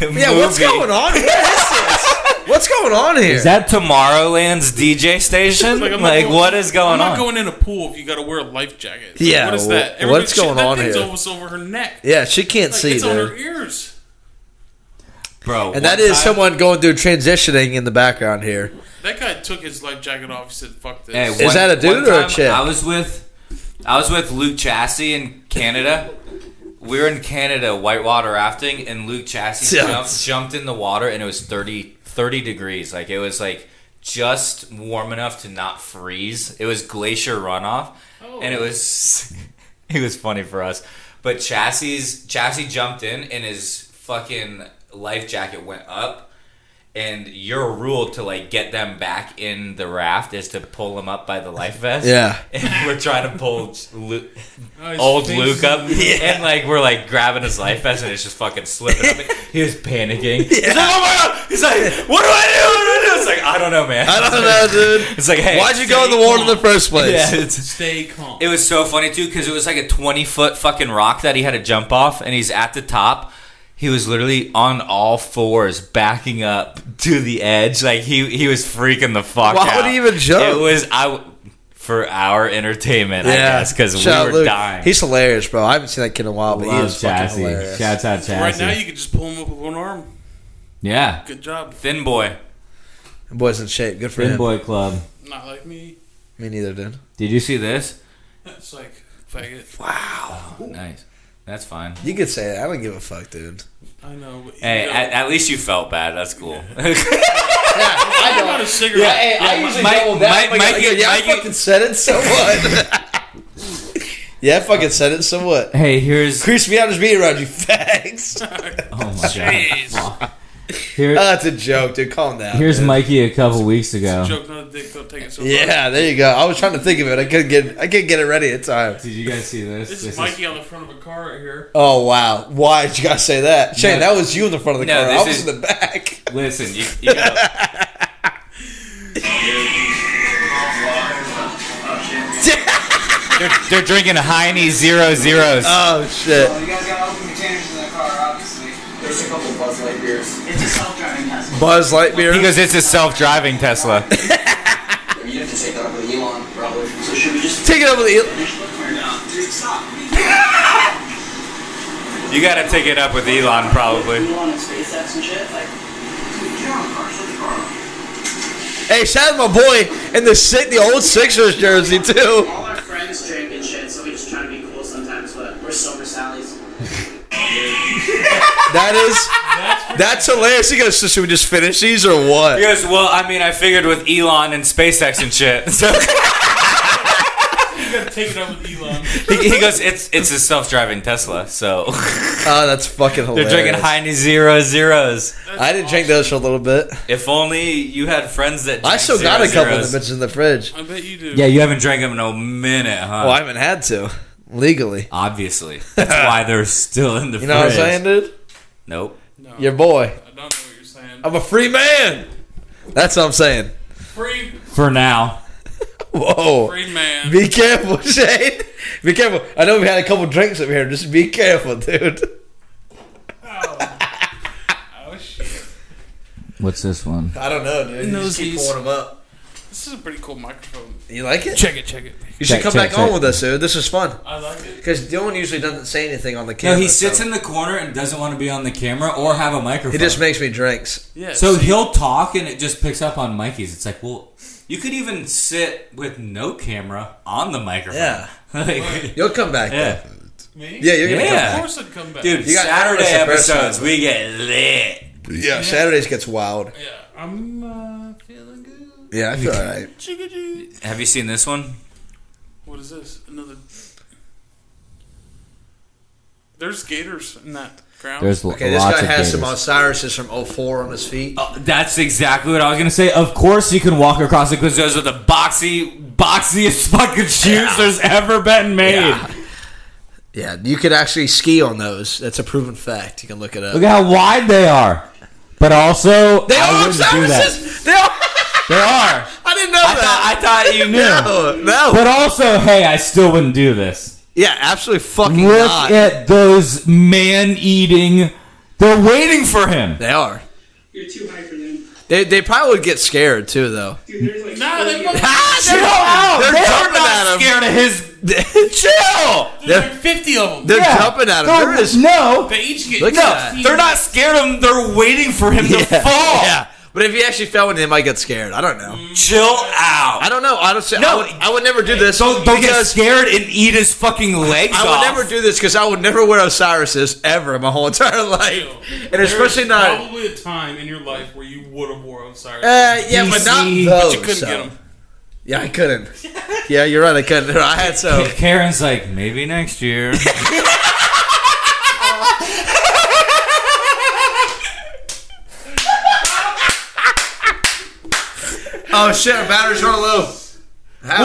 movie? yeah, what's going on? What is this? What's going on here? Is that Tomorrowland's DJ station? like, Like, I'm not going- what is I'm going not on? going in a pool if you got to wear a life jacket. Like, Yeah, what is wh- that? what's Everybody's- going that on thing's here? almost over her neck. yeah, she can't Like, see, it's on dude. her ears. Bro, And that is someone going through transitioning in the background here. That guy took his life jacket off. He said, "Fuck this." Hey, Is that a dude or a time chick? I was with I was with Luke Chassie in Canada. we were in Canada whitewater rafting, and Luke Chassie Yeah. jumped, jumped in the water, and it was 30, 30 degrees. Like it was like just warm enough to not freeze. It was glacier runoff, and it was it was funny for us. But Chassis Chassis jumped in, and his fucking life jacket went up, and your rule to like get them back in the raft is to pull them up by the life vest. Yeah. and we're trying to pull Lu- Oh, his old face Luke is- up, and like we're like grabbing his life vest, and it's just fucking slipping. up. He was panicking. He's like, "Oh my god!" He's like, "What do I do?" What do I do?" It's like I don't know, man. I don't know, dude. It's like, hey, Why'd you go in the water in the first place? Yeah, it's- Stay calm. it was so funny too because it was like a twenty foot fucking rock that he had to jump off, and he's at the top. He was literally on all fours, backing up to the edge. Like he he was freaking the fuck Why out. would he even jump? It was I w- for our entertainment, I guess, because we Shout out were Luke. dying. He's hilarious, bro. I haven't seen that kid in a while, but he Love is fucking chassis. hilarious. Shouts out chassis. right now, you can just pull him up with one arm. yeah, Good job. Thin boy. The boy's in shape. Good for Thin him. Boy Club. Not like me. Me neither, dude. Did you see this? It's like faggot. Nice. That's fine. You could say that. I don't give a fuck, dude. I know. But you Hey, know. at, at least you felt bad. That's cool. I got a cigarette. Mike- Mike- Mike- I go, yeah, I Mike- fucking said it. So what? yeah, I fucking said it. So what? Hey, here's Crease me out as being around you, fags. oh, oh my god. Fuck. Here, that's a joke, dude. Calm down. here's dude. Mikey a couple weeks ago. Joke, not a dick. Don't take it so far. Yeah, there you go. I was trying to think of it. I couldn't get. I couldn't get it ready in time. Did you guys see this? This is Mikey on the front of a car right here. Oh wow! Why did you guys say that, Shane? That was you in the front of the No, car. I this was is- in the back. Listen, you, you got they're, they're drinking Heine zero zeros. Oh shit! You guys got open containers in that car, obviously. There's a couple Buzz Lightyears. Buzz Lightyear. He goes, it's a self-driving Tesla. You to take that up with Elon, probably. So should we just Take it over the. finish looking or not? Just stop. You gotta take it up with Elon, probably. Elon and SpaceX and shit, like. Dude, get on the car, shut the car off. Hey, shout out my boy in the sit, the old Sixers jersey too. All our friends drink and shit, so we just try to be cool sometimes, but we're sober Sally's. That is, that's hilarious. He goes, so should we just finish these or He what? goes, well, I mean, I figured with Elon and SpaceX and shit. So You gotta take it up with Elon. he, he goes, it's it's a self-driving Tesla, so Oh, that's fucking they're hilarious. drinking Heine Zero Zeros. I didn't drink those for a little bit. If only you had friends that. I drank still got a Zero couple of Zeros. them bitches in the fridge. I bet you do. Yeah, you haven't drank them in a minute, huh? Well, Oh, I haven't had to legally. Obviously, that's why they're still in the. You know what I'm fridge. saying, dude? Nope. No, Your boy. I don't know what you're saying. I'm a free man. That's what I'm saying. Free, For now, Whoa. free man. Be careful, Shane. Be careful. I know we had a couple drinks up here. Just be careful, dude. Oh shit! What's this one? I don't know, dude. You just keep Nosies. pulling them up. This is a pretty cool microphone. You like it? Check it, check it. You should Check, come check, back on check. with us, dude. This is fun. I like it. Because Dylan usually doesn't say anything on the No, camera. he sits so- in the corner and doesn't want to be on the camera or have a microphone. He just makes me drinks. Yeah. so he'll talk and it just picks up on Mikey's. It's like, well, you could even sit with no camera on the microphone. Yeah. Like, You'll come back. Yeah, yeah. me. yeah you're gonna Yeah. Of course, I'd come back. Dude, You got Saturday cameras the first episodes, time. we get lit. come. Yeah. Saturdays gets wild. Yeah, I'm uh, feeling good. Yeah, I feel all right. Chicka-choo. have you seen this one? What is this? Another. There's gators in that ground. There's l- Okay, this lots guy of has some gators. Osiris's from 04 on his feet. Oh, that's exactly what I was gonna say. Of course, you can walk across the because those are the boxy, boxiest fucking shoes there's ever been made. Yeah, you could actually ski on those. That's a proven fact. You can look it up. Look at how wide they are. But also, They I are wouldn't do that. Osiris's. They are. They are. I didn't know I that. thought I thought you knew. no, no. But also, hey, I still wouldn't do this. yeah, absolutely fucking Look not. at those man eating. They're waiting for him. they are. You're too high for them. They, they probably would get scared too, though. Dude, there's like. Nah, they mother- Ah, Chill out. They're They are jumping not at him. scared of his. Chill. there's They're, like 50 of them. they're Yeah. jumping at him. They're- There is no. They each get Look at 16. They're not scared of him. They're waiting for him to fall. Yeah, but if he actually fell in, they might get scared. I don't know. Chill out. I don't know. Honestly, I No. would, I would never do this Don't, don't get because scared and eat his fucking legs I off. would never do this because I would never wear Osiris's ever in my whole entire life, and There is especially not. Probably a time in your life where you would have wore Osiris. Uh, yeah, but not DC, those. but you couldn't Oh, so- get them. Yeah, I couldn't. Yeah, you're right. I couldn't. I had so. Karen's like, maybe next year. Oh shit! Our batteries are low. How?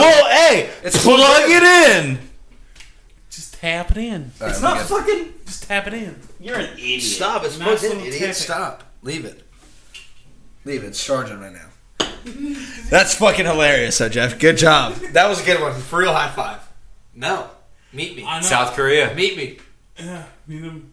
Well, hey, It's plug it in. Just tap it in. it's not fucking. Just tap it in. Stop! It's Nice plugged in, little idiot. tap. Stop! Leave it. Leave it. It's charging right now. That's fucking hilarious, though, Jeff. Good job. That was a good one. For real, high five. No, meet me. I know. South Korea. Meet me. Yeah, meet them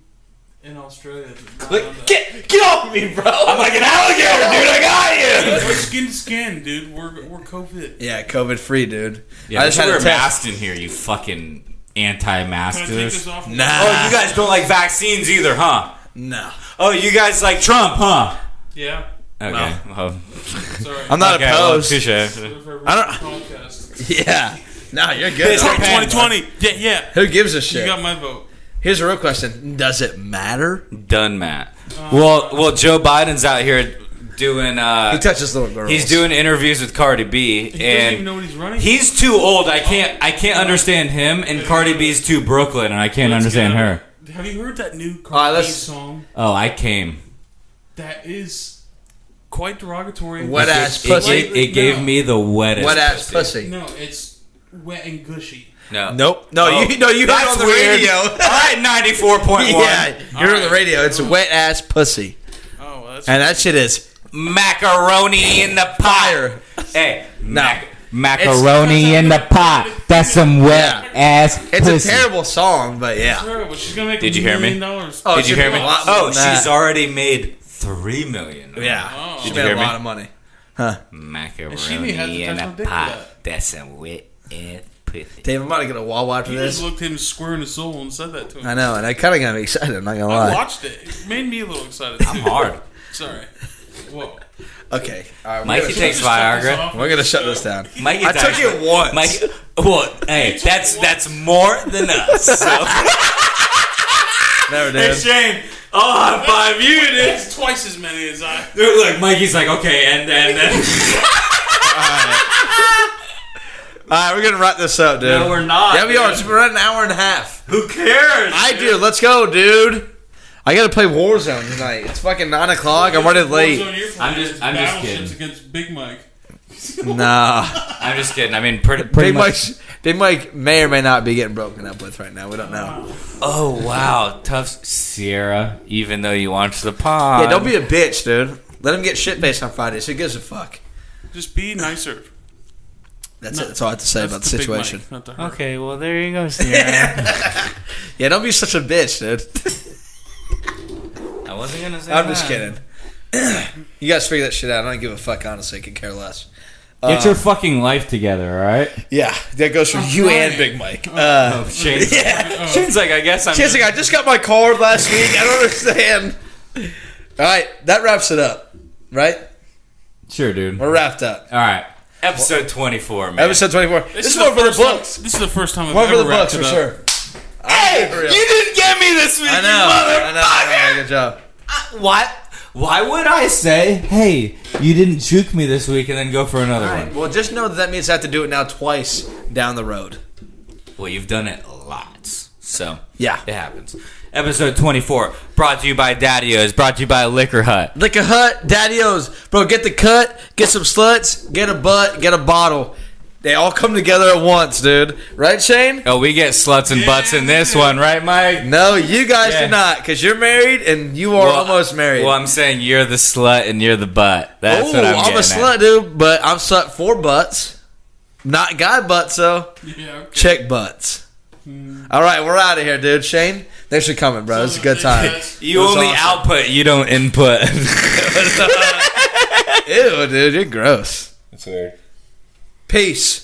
in Australia. Like, get get off me, bro. I'm like an Alligator, dude, I got you. We're skin to skin, dude. We're we're COVID. Yeah, COVID free, dude. Yeah, I I just just had wear a a test. mask in here, you fucking Can I take this anti-maskers. off? Nah. Oh, you guys don't like vaccines either, huh? No, Oh, you guys like Trump, huh? Yeah. Okay. well, Sorry. I'm not okay, well, opposed. touche. I I don't- don't. Podcast. yeah. No, you're good. It's like Okay. 2020. Yeah, yeah. Who gives a You shit? got my vote. Here's a real question: Does it matter? Done, Matt. Well, well, Joe Biden's out here doing. He Uh, touches little girls. he's doing interviews with Cardi B, He doesn't even know and what he's running. he's too old. I can't. I can't understand him. And Cardi B's too Brooklyn, and I can't Let's understand go. her. Have you heard that new right, Cardi B let's- song? Oh, I came. That is quite derogatory. Wet ass It, pussy. it, it gave No. me the wettest. Wet ass pussy. No, it's wet and gushy. No. Nope. No, Oh, you no, you heard that's on the weird. radio. All right, ninety-four point one. yeah, you're on the radio. It's a wet ass pussy, Oh, that's and that shit is Macaroni in the fire. Hey, mac- Macaroni in the pot. That's some wet ass It's pussy. a terrible song, but yeah. terrible. She's gonna make. Did a you hear me? million Dollars. Oh, Did you hear me? A lot more Oh, than that. she's already made three million. Yeah, Oh. she Did made you a hear me? lot of money. Huh. Macaroni she didn't have to touch and my dick a for pot. that. That's some wet and pussy. Dave, I'm about to get a Wawa after You this. just looked him square in the soul and said that to him. I know, and I kind of got me excited. I'm not gonna I lie. watched it. It made me a little excited. Too. I'm hard. Sorry. Whoa. Okay, all right, we're Mikey gonna- takes Just shut this Viagra. off. We're gonna shut this down. Mikey I took takes- it once. Mike, well, hey, that's that's more than us. So. Never did. Shane, I'll high five you. Dude. It's twice as many as I. They're like Mikey's like okay, and then then All right, we're gonna wrap this up, dude. no, we're not. yeah, we are. dude. It's been an hour and a half. Who cares? I do. Let's go, dude. I gotta play Warzone tonight. It's fucking nine o'clock. I'm running late. I'm just- I'm just Battleships kidding. against Big Mike. Nah. I'm just kidding. I mean, pretty, pretty Big much. Mike, Big Mike may or may not be getting broken up with right now. We don't know. Oh wow, tough Sierra. Even though you watch the pod, yeah, don't be a bitch, dude. Let him get shit faced on Fridays. Who gives a fuck? Just be nicer. That's No, it. That's all I have to say That's about the to Big Mike, situation. not to her. Okay, well there you go, Sierra. Yeah, don't be such a bitch, dude. I wasn't gonna say. I'm just that. kidding. you guys figure that shit out. I don't give a fuck. Honestly, I could care less. Uh, Get your fucking life together, all right? Yeah, that goes for you and Big Mike. Uh, Shane's, yeah, Shane's like, I guess I'm. Jessica, I just got my card last week. I don't understand. All right, that wraps it up. Right, Sure, dude. All we're wrapped up. right. episode 24, man. Episode 24. This, is one for the first time- books. This is the first time I've One for ever the books wrapped for it up. sure. hey, you didn't get me this week, I know. you I know. I motherfucker. know. Good job. What? Why would I I? say, hey, you didn't juke me this week and then go for another one. Well, just know that that means I have to do it now twice down the road. Well, you've done it lots, so Yeah. it happens. Episode 24, brought to you by Daddios, brought to you by Liquor Hut. Lick a hut, daddy-o's. Bro, get the cut, get some sluts, get a butt, get a bottle. They all come together at once, dude. Right, Shane? Oh, we get sluts and butts in this one, right, Mike? No, you guys Yeah. do not, because you're married and you are almost married. Well, I'm saying you're the slut and you're the butt. That's Ooh, what I'm, I'm, getting a at. slut, dude, but I'm slut for butts. Not guy butts, though. Yeah, okay. Check butts. All right, we're out of here, dude. Shane, thanks for coming, bro. It's a good time. You That's only awesome. output, you don't input. Ew, dude, you're gross. That's weird. Peace.